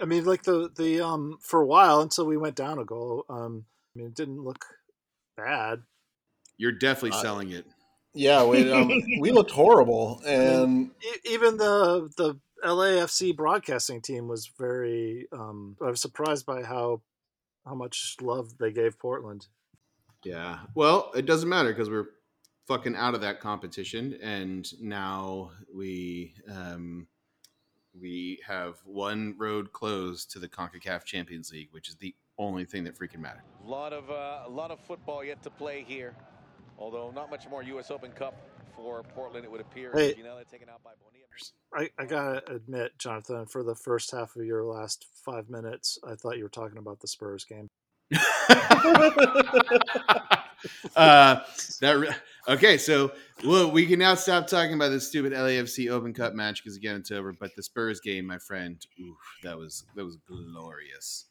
I mean, like the the um for a while until we went down a goal. Um, I mean, it didn't look bad.
You're definitely
Uh,
selling it.
Yeah, we, um, we
(laughs)
looked horrible. And
E- even the the LAFC broadcasting team was very. Um, I was surprised by how how much love they gave Portland.
Yeah. Well, it doesn't matter because we're fucking out of that competition, and now we um, we have one road closed to the Concacaf Champions League, which is the only thing that freaking matters. (laughs)
lot of uh, a lot of football yet to play here, although not much more U.S. Open Cup for Portland. It would appear.
Hey.
Gianella taken out by Bonilla.
I, I gotta admit, Jonathan, for the first half of your last five minutes, I thought you were talking about the Spurs game.
uh, that re- okay, so well, we can now stop talking about this stupid LAFC Open Cup match because again, it's over. But the Spurs game, my friend, oof, that was that was glorious.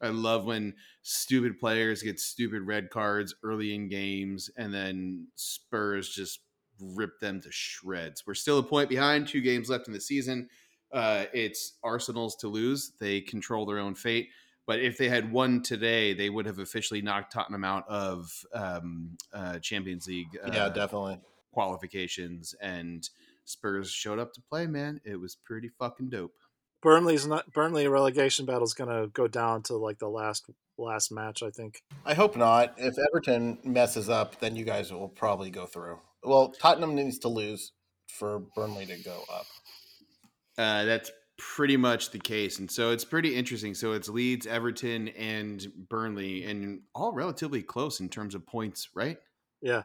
I love when stupid players get stupid red cards early in games, and then Spurs just rip them to shreds. We're still a point behind, two games left in the season. Uh, it's Arsenal's to lose. They control their own fate. But if they had won today, they would have officially knocked Tottenham out of um, uh, Champions League. Uh,
yeah, definitely
qualifications, and Spurs showed up to play. Man, it was pretty fucking dope.
Burnley's not Burnley relegation battle is gonna go down to like the last last match. I think.
I hope not. If Everton messes up, then you guys will probably go through. Well, Tottenham needs to lose for Burnley to go up.
Uh, that's pretty much the case, and so it's pretty interesting. So it's Leeds, Everton, and Burnley, and all relatively close in terms of points, right?
Yeah,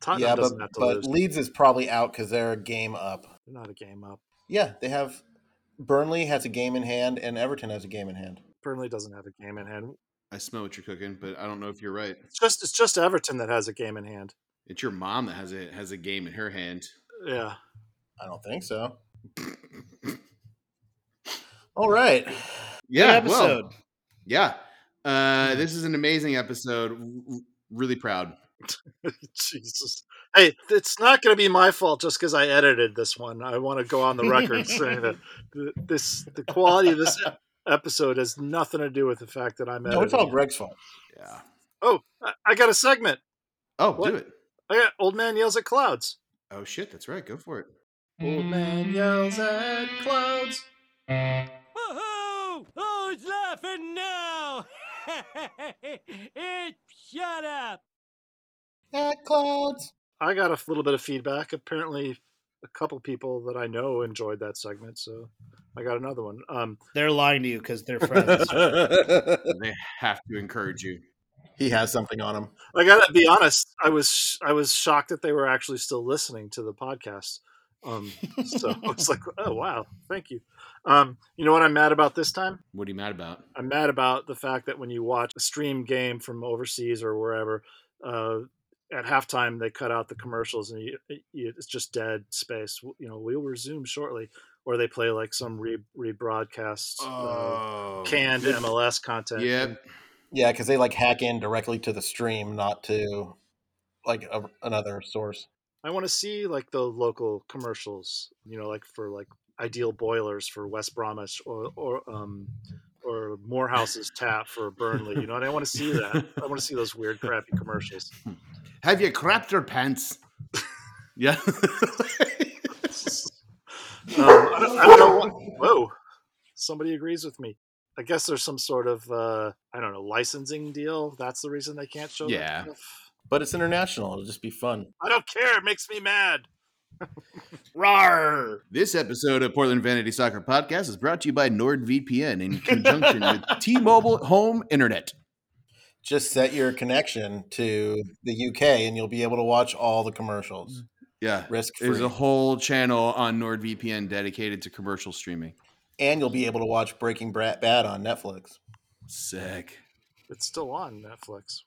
Tottenham
yeah,
doesn't
but,
have to
but
lose.
Leeds is probably out because they're a game up.
They're not a game up.
Yeah, they have. Burnley has a game in hand, and Everton has a game in hand.
Burnley doesn't have a game in hand.
I smell what you're cooking, but I don't know if you're right.
It's just it's just Everton that has a game in hand.
It's your mom that has a has a game in her hand.
Yeah. (laughs)
I don't think so. All right.
Yeah.
Good
Well,
episode.
yeah. Uh, this is an amazing episode. W- w- Really proud.
Jesus. Hey, it's not going to be my fault just because I edited this one. I want to go on the record saying
(laughs)
that th- this the quality of this episode has nothing to do with the fact that I'm
No,
editing.
it's all
(laughs)
Greg's fault.
Yeah.
Oh, I, I got a segment.
Oh,
What?
do it.
I got old man yells at clouds.
Oh shit, that's right. Go for it.
Old man yells at clouds.
Woohoo! Who's laughing now? (laughs) it, shut up!
At clouds.
I got a little bit of feedback. Apparently, a couple people that I know enjoyed that segment, so I got another one. Um,
They're lying to you because
(laughs)
they're friends.
They have to encourage you.
he has something on him.
I gotta be honest. I was I was shocked that they were actually still listening to the podcast. Um, so (laughs) I was like, oh wow, thank you. Um, you know what I'm mad about this time?
What are you mad about?
I'm mad about the fact that when you watch a stream game from overseas or wherever, uh, at halftime they cut out the commercials and you, you, it's just dead space. You know, we'll resume shortly, or they play like some re- rebroadcast uh,
Oh,
canned MLS content.
Yep.
Yeah, because they like hack in directly to the stream, not to like a, another source.
I want to see like the local commercials, you know, like for like ideal boilers for West Bromwich or or um or Morehouse's tap for Burnley. You know, and I want to see that. I want to see those weird crappy commercials.
Have you crapped your pants? (laughs) yeah. (laughs)
Um, I, don't, (laughs) I don't know. What, whoa, somebody agrees with me. I guess there's some sort of uh I don't know licensing deal. That's the reason they can't show. that
Yeah.
stuff.
But it's international. It'll just be fun.
I don't care. It makes me mad.
Rawr!
This episode of Portland Vanity Soccer Podcast is brought to you by NordVPN in (laughs) conjunction with T-Mobile Home Internet.
Just set your connection to the UK, and you'll be able to watch all the commercials.
Yeah.
Risk-free.
Mm. There's a whole channel on NordVPN dedicated to commercial streaming.
and you'll be able to watch Breaking Bra- Bad on Netflix.
Sick.
It's still on Netflix.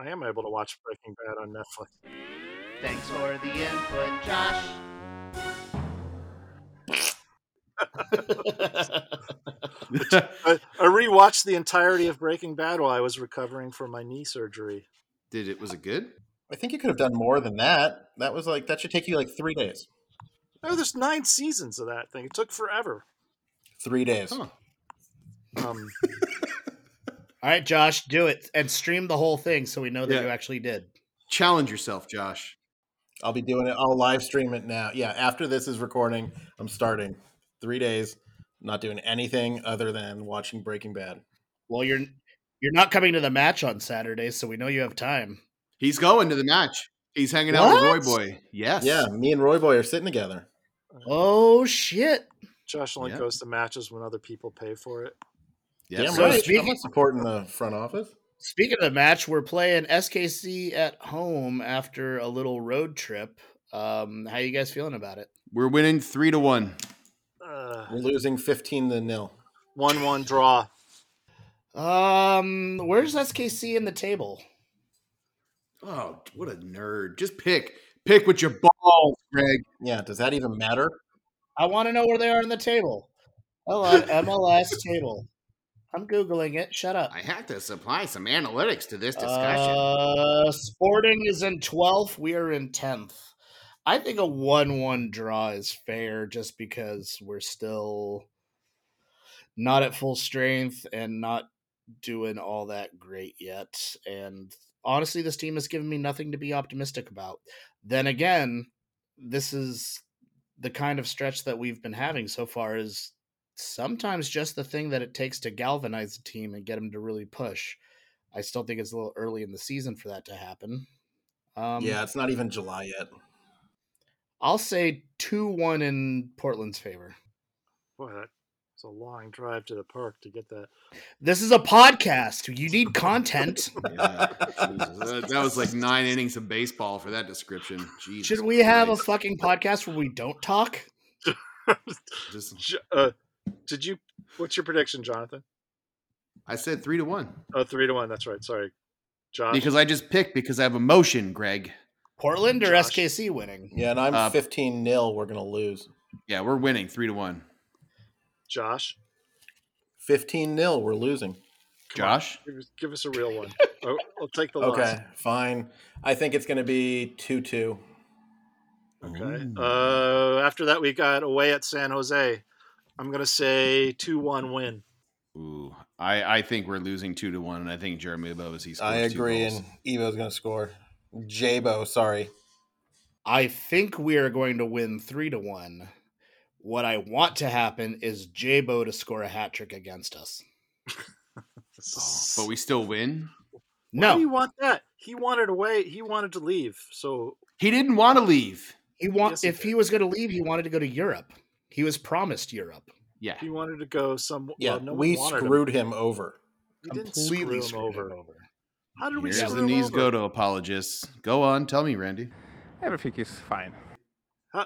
I am able to watch Breaking Bad on Netflix.
Thanks for the input, Josh.
I, I rewatched the entirety of Breaking Bad while I was recovering from my knee surgery.
Did it was it good?
I think you could have done more than that. That was like that should take you like three days.
Oh, there's nine seasons of that thing. It took forever.
Three days.
Huh.
Um,
All right, Josh, do it and stream the whole thing so we know that
Yeah.
you actually did.
Challenge yourself, Josh.
I'll be doing it. I'll live stream it now. Yeah, after this is recording, I'm starting three days. Not doing anything other than watching Breaking Bad.
Well, you're you're not coming to the match on Saturday, so we know you have time.
He's going to the match. He's hanging out with Roy Boy. Yes.
Yeah, me and Roy Boy are sitting together.
Oh shit!
Josh only
Yeah.
goes to matches when other people pay for it.
Yes.
Damn right.
speaking-
I'm not supporting the front office.
Speaking of the match, we're playing SKC at home after a little road trip. Um, how you guys feeling about it?
We're winning three to one.
Uh,
We're losing 15 to nil.
One-one draw.
Um, where's SKC in the table?
Oh, what a nerd. Just pick. Pick with your balls, Greg.
Yeah, does that even matter?
I want to know where they are in the table. Oh, on MLS table. I'm googling it. Shut up.
I have to supply some analytics to this
Uh, Sporting is in 12th. We are in 10th. I think a 1 1 draw is fair just because we're still not at full strength and not doing all that great yet. And honestly, this team has given me nothing to be optimistic about. Then again, this is the kind of stretch that we've been having so far is sometimes just the thing that it takes to galvanize a team and get them to really push. I still think it's a little early in the season for that to happen.
Um, yeah, it's not even July yet.
I'll say 2 1 in Portland's favor.
Boy, that it's a long drive to the park to get that.
This is a podcast. You (laughs) need content.
(laughs) yeah, that, that was
(laughs)
like nine innings of baseball for that description. Jesus
Should we have Christ. a fucking podcast where we don't talk?
Just, uh, did you? What's your prediction, Jonathan?
I said three to one.
Oh, three to one. That's right. Sorry,
Josh. Because I just picked because I have emotion, Greg.
Portland or Josh. SKC winning?
Yeah, and I'm uh, 15 nil. We're gonna lose.
Yeah, we're winning three to one.
Josh.
15 nil. We're losing.
Come Josh?
Give us, give us, a real
(laughs)
one. I'll, I'll take the
Okay,
loss.
fine. I think it's going to be 2 2.
Okay. Uh, after that, we got away at San Jose. I'm going to say 2 1 win.
Oh, Ooh, I, I think we're losing 2 to 1, and I think Jeremy Bo is he's.
I agree, and Evo's going to score. Jabo, sorry.
I think we are going to win 3 to 1 what I want to happen is Jabo to score a hat trick against us.
oh, but we still win.
No,
Why do you want that? He wanted away. He wanted to leave. So
he didn't want to leave.
He want yes, he if did. he was going to leave, he wanted to go to Europe. He was promised Europe.
Yeah,
he wanted to go some.
Yeah, well, no we screwed him, him over.
We Completely screw him over. Him over. How did we?
Here's
screw
the
him
knees
over?
go to apologists. Go on, tell me, Randy.
Everything is fine.
(laughs) Huh?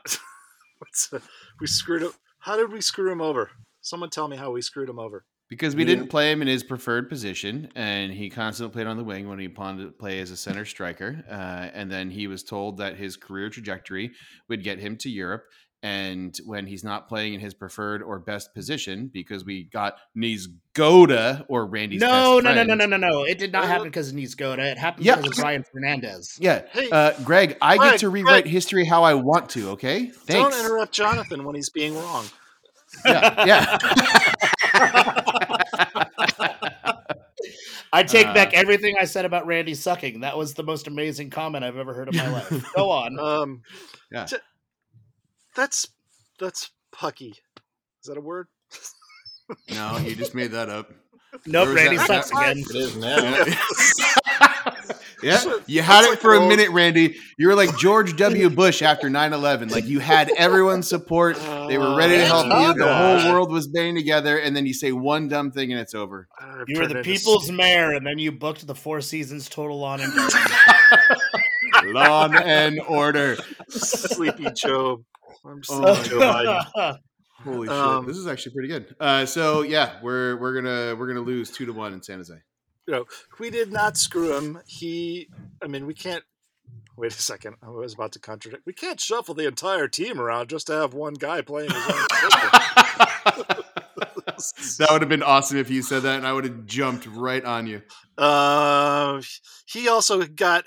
A, we screwed up. How did we screw him over? Someone tell me how we screwed him over.
Because we didn't play him in his preferred position, and he constantly played on the wing when he planned to play as a center striker. Uh, and then he was told that his career trajectory would get him to Europe. And when he's not playing in his preferred or best position, because we got Knees Goda or Randy's
no,
best
no,
friend.
no, no, no, no, no. It did not happen because of Knees Goda. It happened
Yeah.
because of Brian
(laughs)
Fernandez.
Yeah, uh, Greg, I
Greg,
get to rewrite
Greg.
history how I want to. Okay, thanks.
Don't interrupt Jonathan when he's being wrong.
Yeah, yeah.
(laughs) I take
Uh,
back everything I said about Randy sucking. That was the most amazing comment I've ever heard in my life.
(laughs)
Go on.
Um,
Yeah.
t- that's that's pucky. Is that a word?
no, you just made that up.
Nope,
Where was
Randy
that-
sucks
that-
again.
It is now.
Yeah, you had it for a minute, Randy. You were like George W. Bush after 9-11. Like you had everyone's support. They were ready to help you. The whole world was banding together, and then you say one dumb thing and it's over.
I've
You were
turned
the
into
people's mayor, and then you booked the Four Seasons total
(laughs)
on and
Lawn and order.
(laughs) Sleepy Job. I'm Sleepy
(laughs) Oh my
Joe Biden.
Holy
Um,
shit. This is actually pretty good. Uh, so yeah, we're we're gonna we're gonna lose two to one in San Jose.
You know, we did not screw him. He, I mean, we can't. Wait a second. I was about to contradict. We can't shuffle the entire team around just to have one guy playing
(laughs)
his own. position. (laughs)
that would have been awesome if you said that, and I would have jumped right on you.
Uh, he also got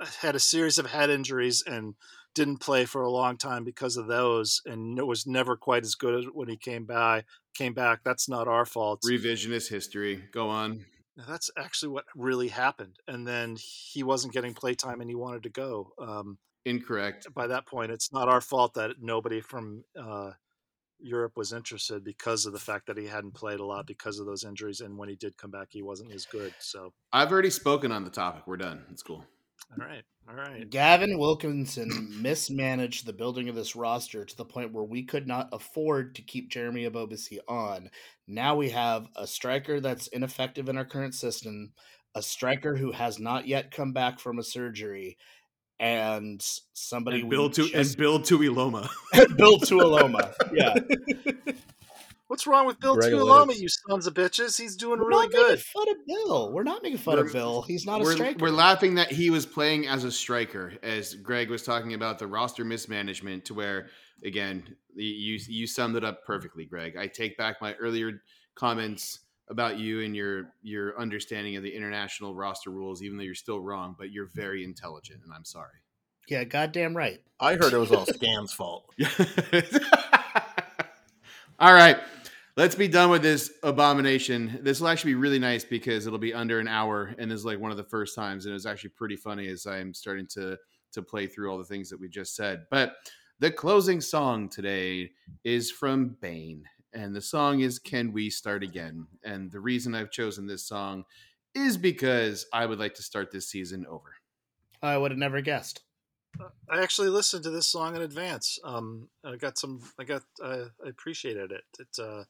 uh, had a series of head injuries and didn't play for a long time because of those, and it was never quite as good as when he came by. Came back. That's not our fault.
Revisionist history. Go on.
Now, that's actually what really happened. And then he wasn't getting playtime, and he wanted to go. Um,
Incorrect.
by that point, it's not our fault that nobody from uh, Europe was interested because of the fact that he hadn't played a lot because of those injuries. And when he did come back, he wasn't as good. So,
I've already spoken on the topic. We're done. It's cool.
all right, all right.
(laughs) Gavin Wilkinson mismanaged the building of this roster to the point where we could not afford to keep Jeremy Abobasi on. Now we have a striker that's ineffective in our current system, a striker who has not yet come back from a surgery, and somebody
And
we
build to
just-
and build to Eloma.
(laughs)
(laughs)
Bill Tuoloma. Yeah,
What's wrong with Bill
Greg
Tuoloma, you sons of bitches? He's doing
we're
really
not making
good.
fun of Bill. We're not making fun of
We're-
Bill. He's not a
We're,
striker.
we're laughing that he was playing as a striker, as Greg was talking about the roster mismanagement. To where, again, the- you you summed it up perfectly, Greg. I take back my earlier comments about you and your your understanding of the international roster rules, even though you're still wrong. But you're very intelligent, and I'm sorry.
yeah, goddamn right.
I heard it was all Scan's fault.
All right. Let's be done with this abomination. This will actually be really nice because it'll be under an hour, and this is like one of the first times, and it was actually pretty funny as I'm starting to to play through all the things that we just said. But the closing song today is from Bane, and the song is "Can We Start Again." And the reason I've chosen this song is because I would like to start this season over.
I would have never guessed.
I actually listened to this song in advance. Um, I got some. I got. Uh, I appreciated it. It. Uh,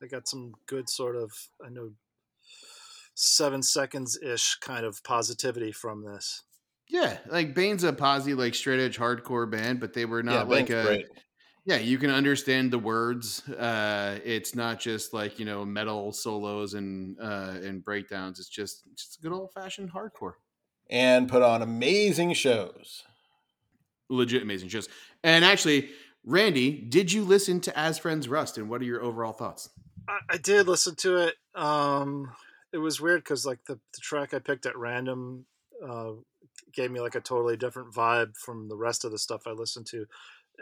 I got some good sort of. I know. Seven seconds ish kind of positivity from this.
Yeah, like Bane's a posse, like straight edge hardcore band, but they were not
Yeah,
like
Bane's
a.
great.
Yeah, you can understand the words. Uh, it's not just like you know metal solos and uh, and breakdowns. It's just just good old fashioned hardcore.
and put on amazing shows.
legit amazing shows. And actually, Randy, did you listen to As Friends Rust? And what are your overall thoughts?
I, I did listen to it. Um, it was weird because like the, the track I picked at random uh, gave me like a totally different vibe from the rest of the stuff I listened to,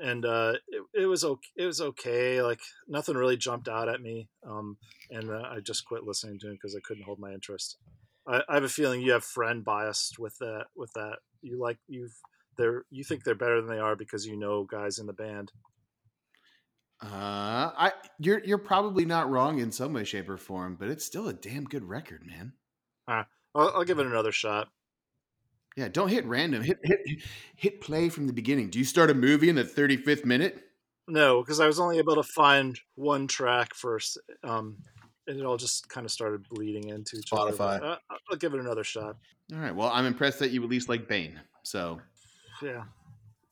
and uh, it, it was okay. It was okay. Like nothing really jumped out at me, um, and uh, I just quit listening to it because I couldn't hold my interest. I, I have a feeling you have friend bias with that. With that, you like you've they're you think they're better than they are because you know guys in the band.
Uh, I you're you're probably not wrong in some way, shape, or form, but it's still a damn good record, man.
Uh, I'll, I'll give it another shot.
Yeah, don't hit random. Hit hit hit play from the beginning. Do you start a movie in the thirty fifth minute?
No, because I was only able to find one track first, um, and it all just kind of started bleeding into each other.
Spotify.
but, Uh, I'll give it another shot.
All right. Well, I'm impressed that you at least like Bane. So
Yeah,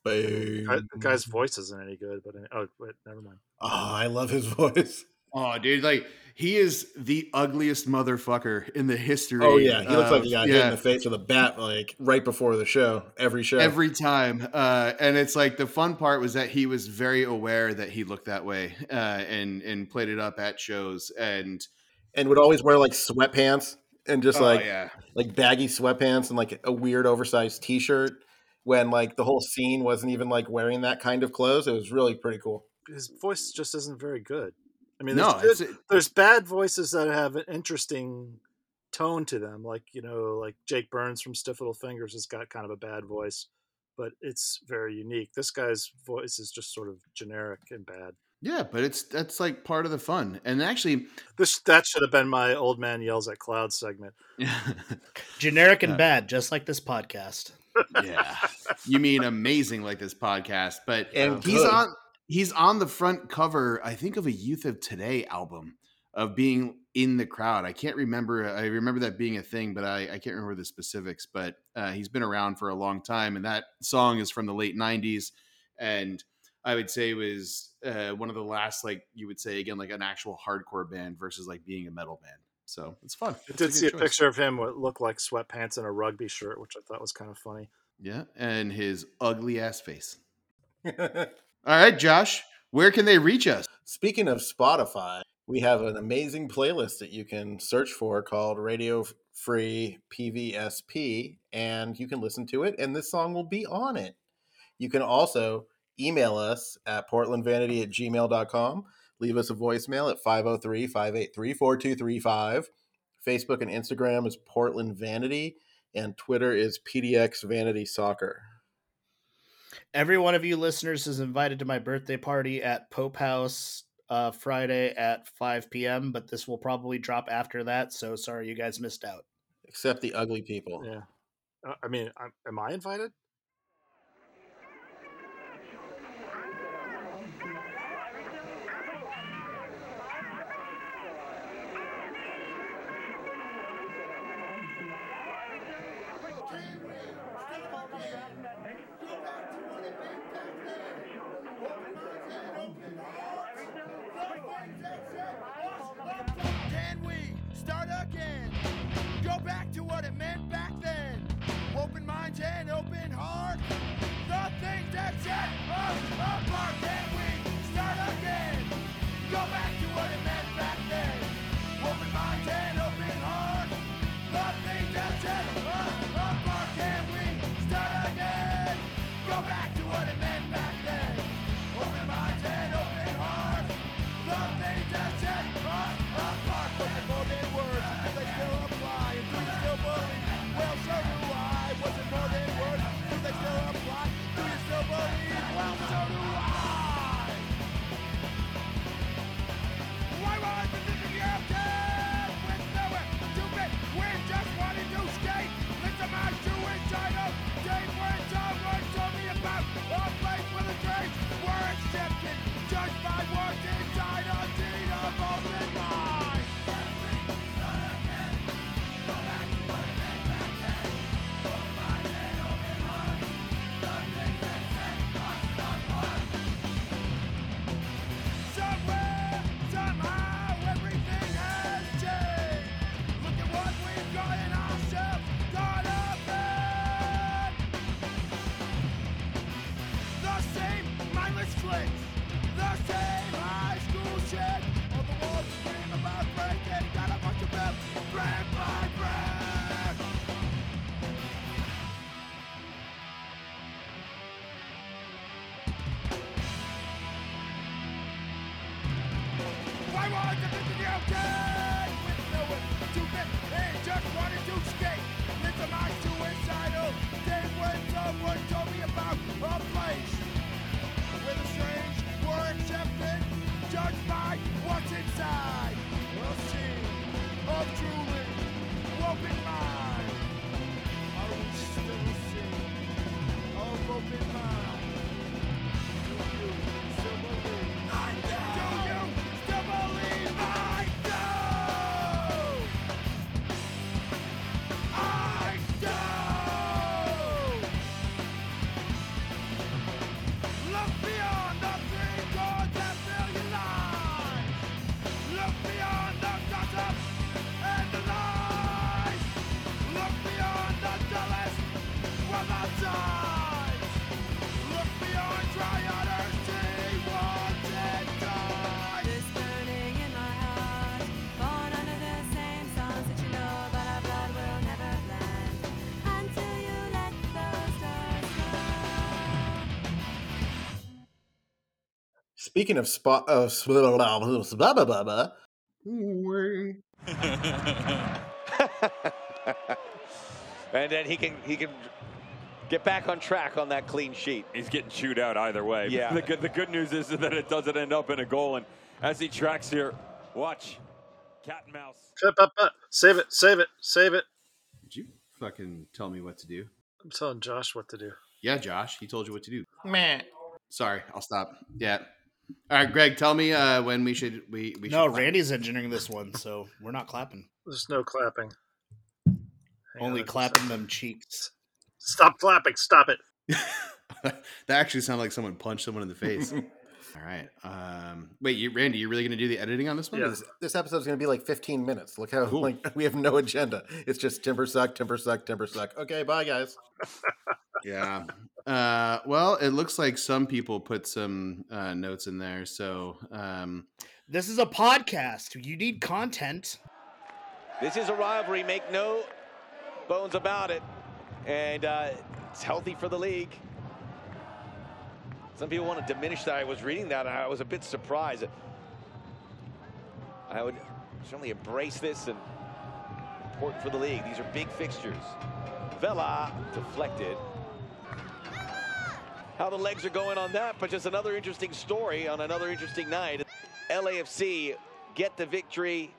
Boom.
Guy- the
Mm-hmm.
guy's voice isn't any good, but I- oh, wait, never mind.
Oh, I love his (laughs) voice.
Oh, dude, like he is the ugliest motherfucker in the history.
Oh yeah, he looks like
of-
he got hit in the face with a bat like right before the show. Every show.
every time uh and it's like the fun part was that he was very aware that he looked that way uh and and played it up at shows and
and would always wear like sweatpants and just
Oh,
like
yeah.
like baggy sweatpants and like a weird oversized t-shirt when like the whole scene wasn't even like wearing that kind of clothes. It was really pretty cool. (laughs)
His voice just isn't very good. I mean,
No,
there's, good-
it's-
there's bad voices that have an interesting tone to them, like you know, like Jake Burns from Stiff Little Fingers has got kind of a bad voice, but it's very unique. This guy's voice is just sort of generic and bad.
yeah but it's that's like part of the fun and
(laughs)
actually
This that should have been my old man yells at cloud segment.
Generic and
Yeah.
bad, just like this podcast.
yeah you mean amazing like this podcast
(laughs)
but
And
he's
good.
on he's on the front cover i think of a youth of today album of being in the crowd i can't remember i remember that being a thing but i, I can't remember the specifics but uh, he's been around for a long time and that song is from the late 90s and i would say was uh, one of the last like you would say again like an actual hardcore band versus like being a metal band so it's fun
I
It's
did
good
see a
choice.
picture of him what looked like sweatpants and a rugby shirt, which I thought was kind of funny.
yeah and his ugly ass face all right josh where can they reach us
Speaking of Spotify, we have an amazing playlist that you can search for called Radio Free PVSP, and you can listen to it, and this song will be on it. You can also email us at portlandvanity at gmail.com, leave us a voicemail at 503 583 4235. Facebook and Instagram is Portland Vanity, and Twitter is PDX Vanity Soccer.
Every one of you listeners is invited to my birthday party at Pope House uh, Friday at 5 p.m., but this will probably drop after that. So sorry you guys missed out.
Except the ugly people.
Oh.
Yeah, Uh, I mean, I, am I invited?
Can we start again? Go back to what it meant back then. Open minds and open hearts. Nothing that set us apart. Can we start again? Go back to what it meant back then. Open minds and open hearts. Nothing that set us apart. Can we start again? Go back to what it meant back then. Open minds and open hearts. Nothing that set
Speaking of spot of blah blah blah blah blah blah.
and then he can he can get back on track on that clean sheet.
He's getting chewed out either way.
Yeah.
The good, the good news is that it doesn't end up in a goal. And as he tracks here, watch. Cat and mouse.
Up, up, up. Save it, save it, save it.
Did you fucking tell me what to do?
I'm telling Josh what to do.
Yeah, Josh, he told you what to do.
Meh.
Sorry, I'll stop. Yeah. All right, Greg, tell me uh, when we should we we
no,
should
Randy's engineering this one, so we're not clapping.
There's no clapping.
Only clapping them cheeks.
Stop clapping. Stop it.
that actually sounded like someone punched someone in the face. All right. Um, wait, you, Randy, you're really going to do the editing on this one?
Yeah. This, this episode's going to be like 15 minutes. Look how like we have no agenda. It's just timber suck, timber suck, timber suck. Okay, bye guys.
(laughs) yeah. Uh, well, it looks like some people put some uh, notes in there. So um,
This is a podcast. You need content.
This is a rivalry, make no bones about it. And uh, it's healthy for the league. Some people want to diminish that. I was reading that. And I was a bit surprised. I would certainly embrace this and important for the league. These are big fixtures. Vela deflected. How the legs are going on that, but just another interesting story on another interesting night. LAFC get the victory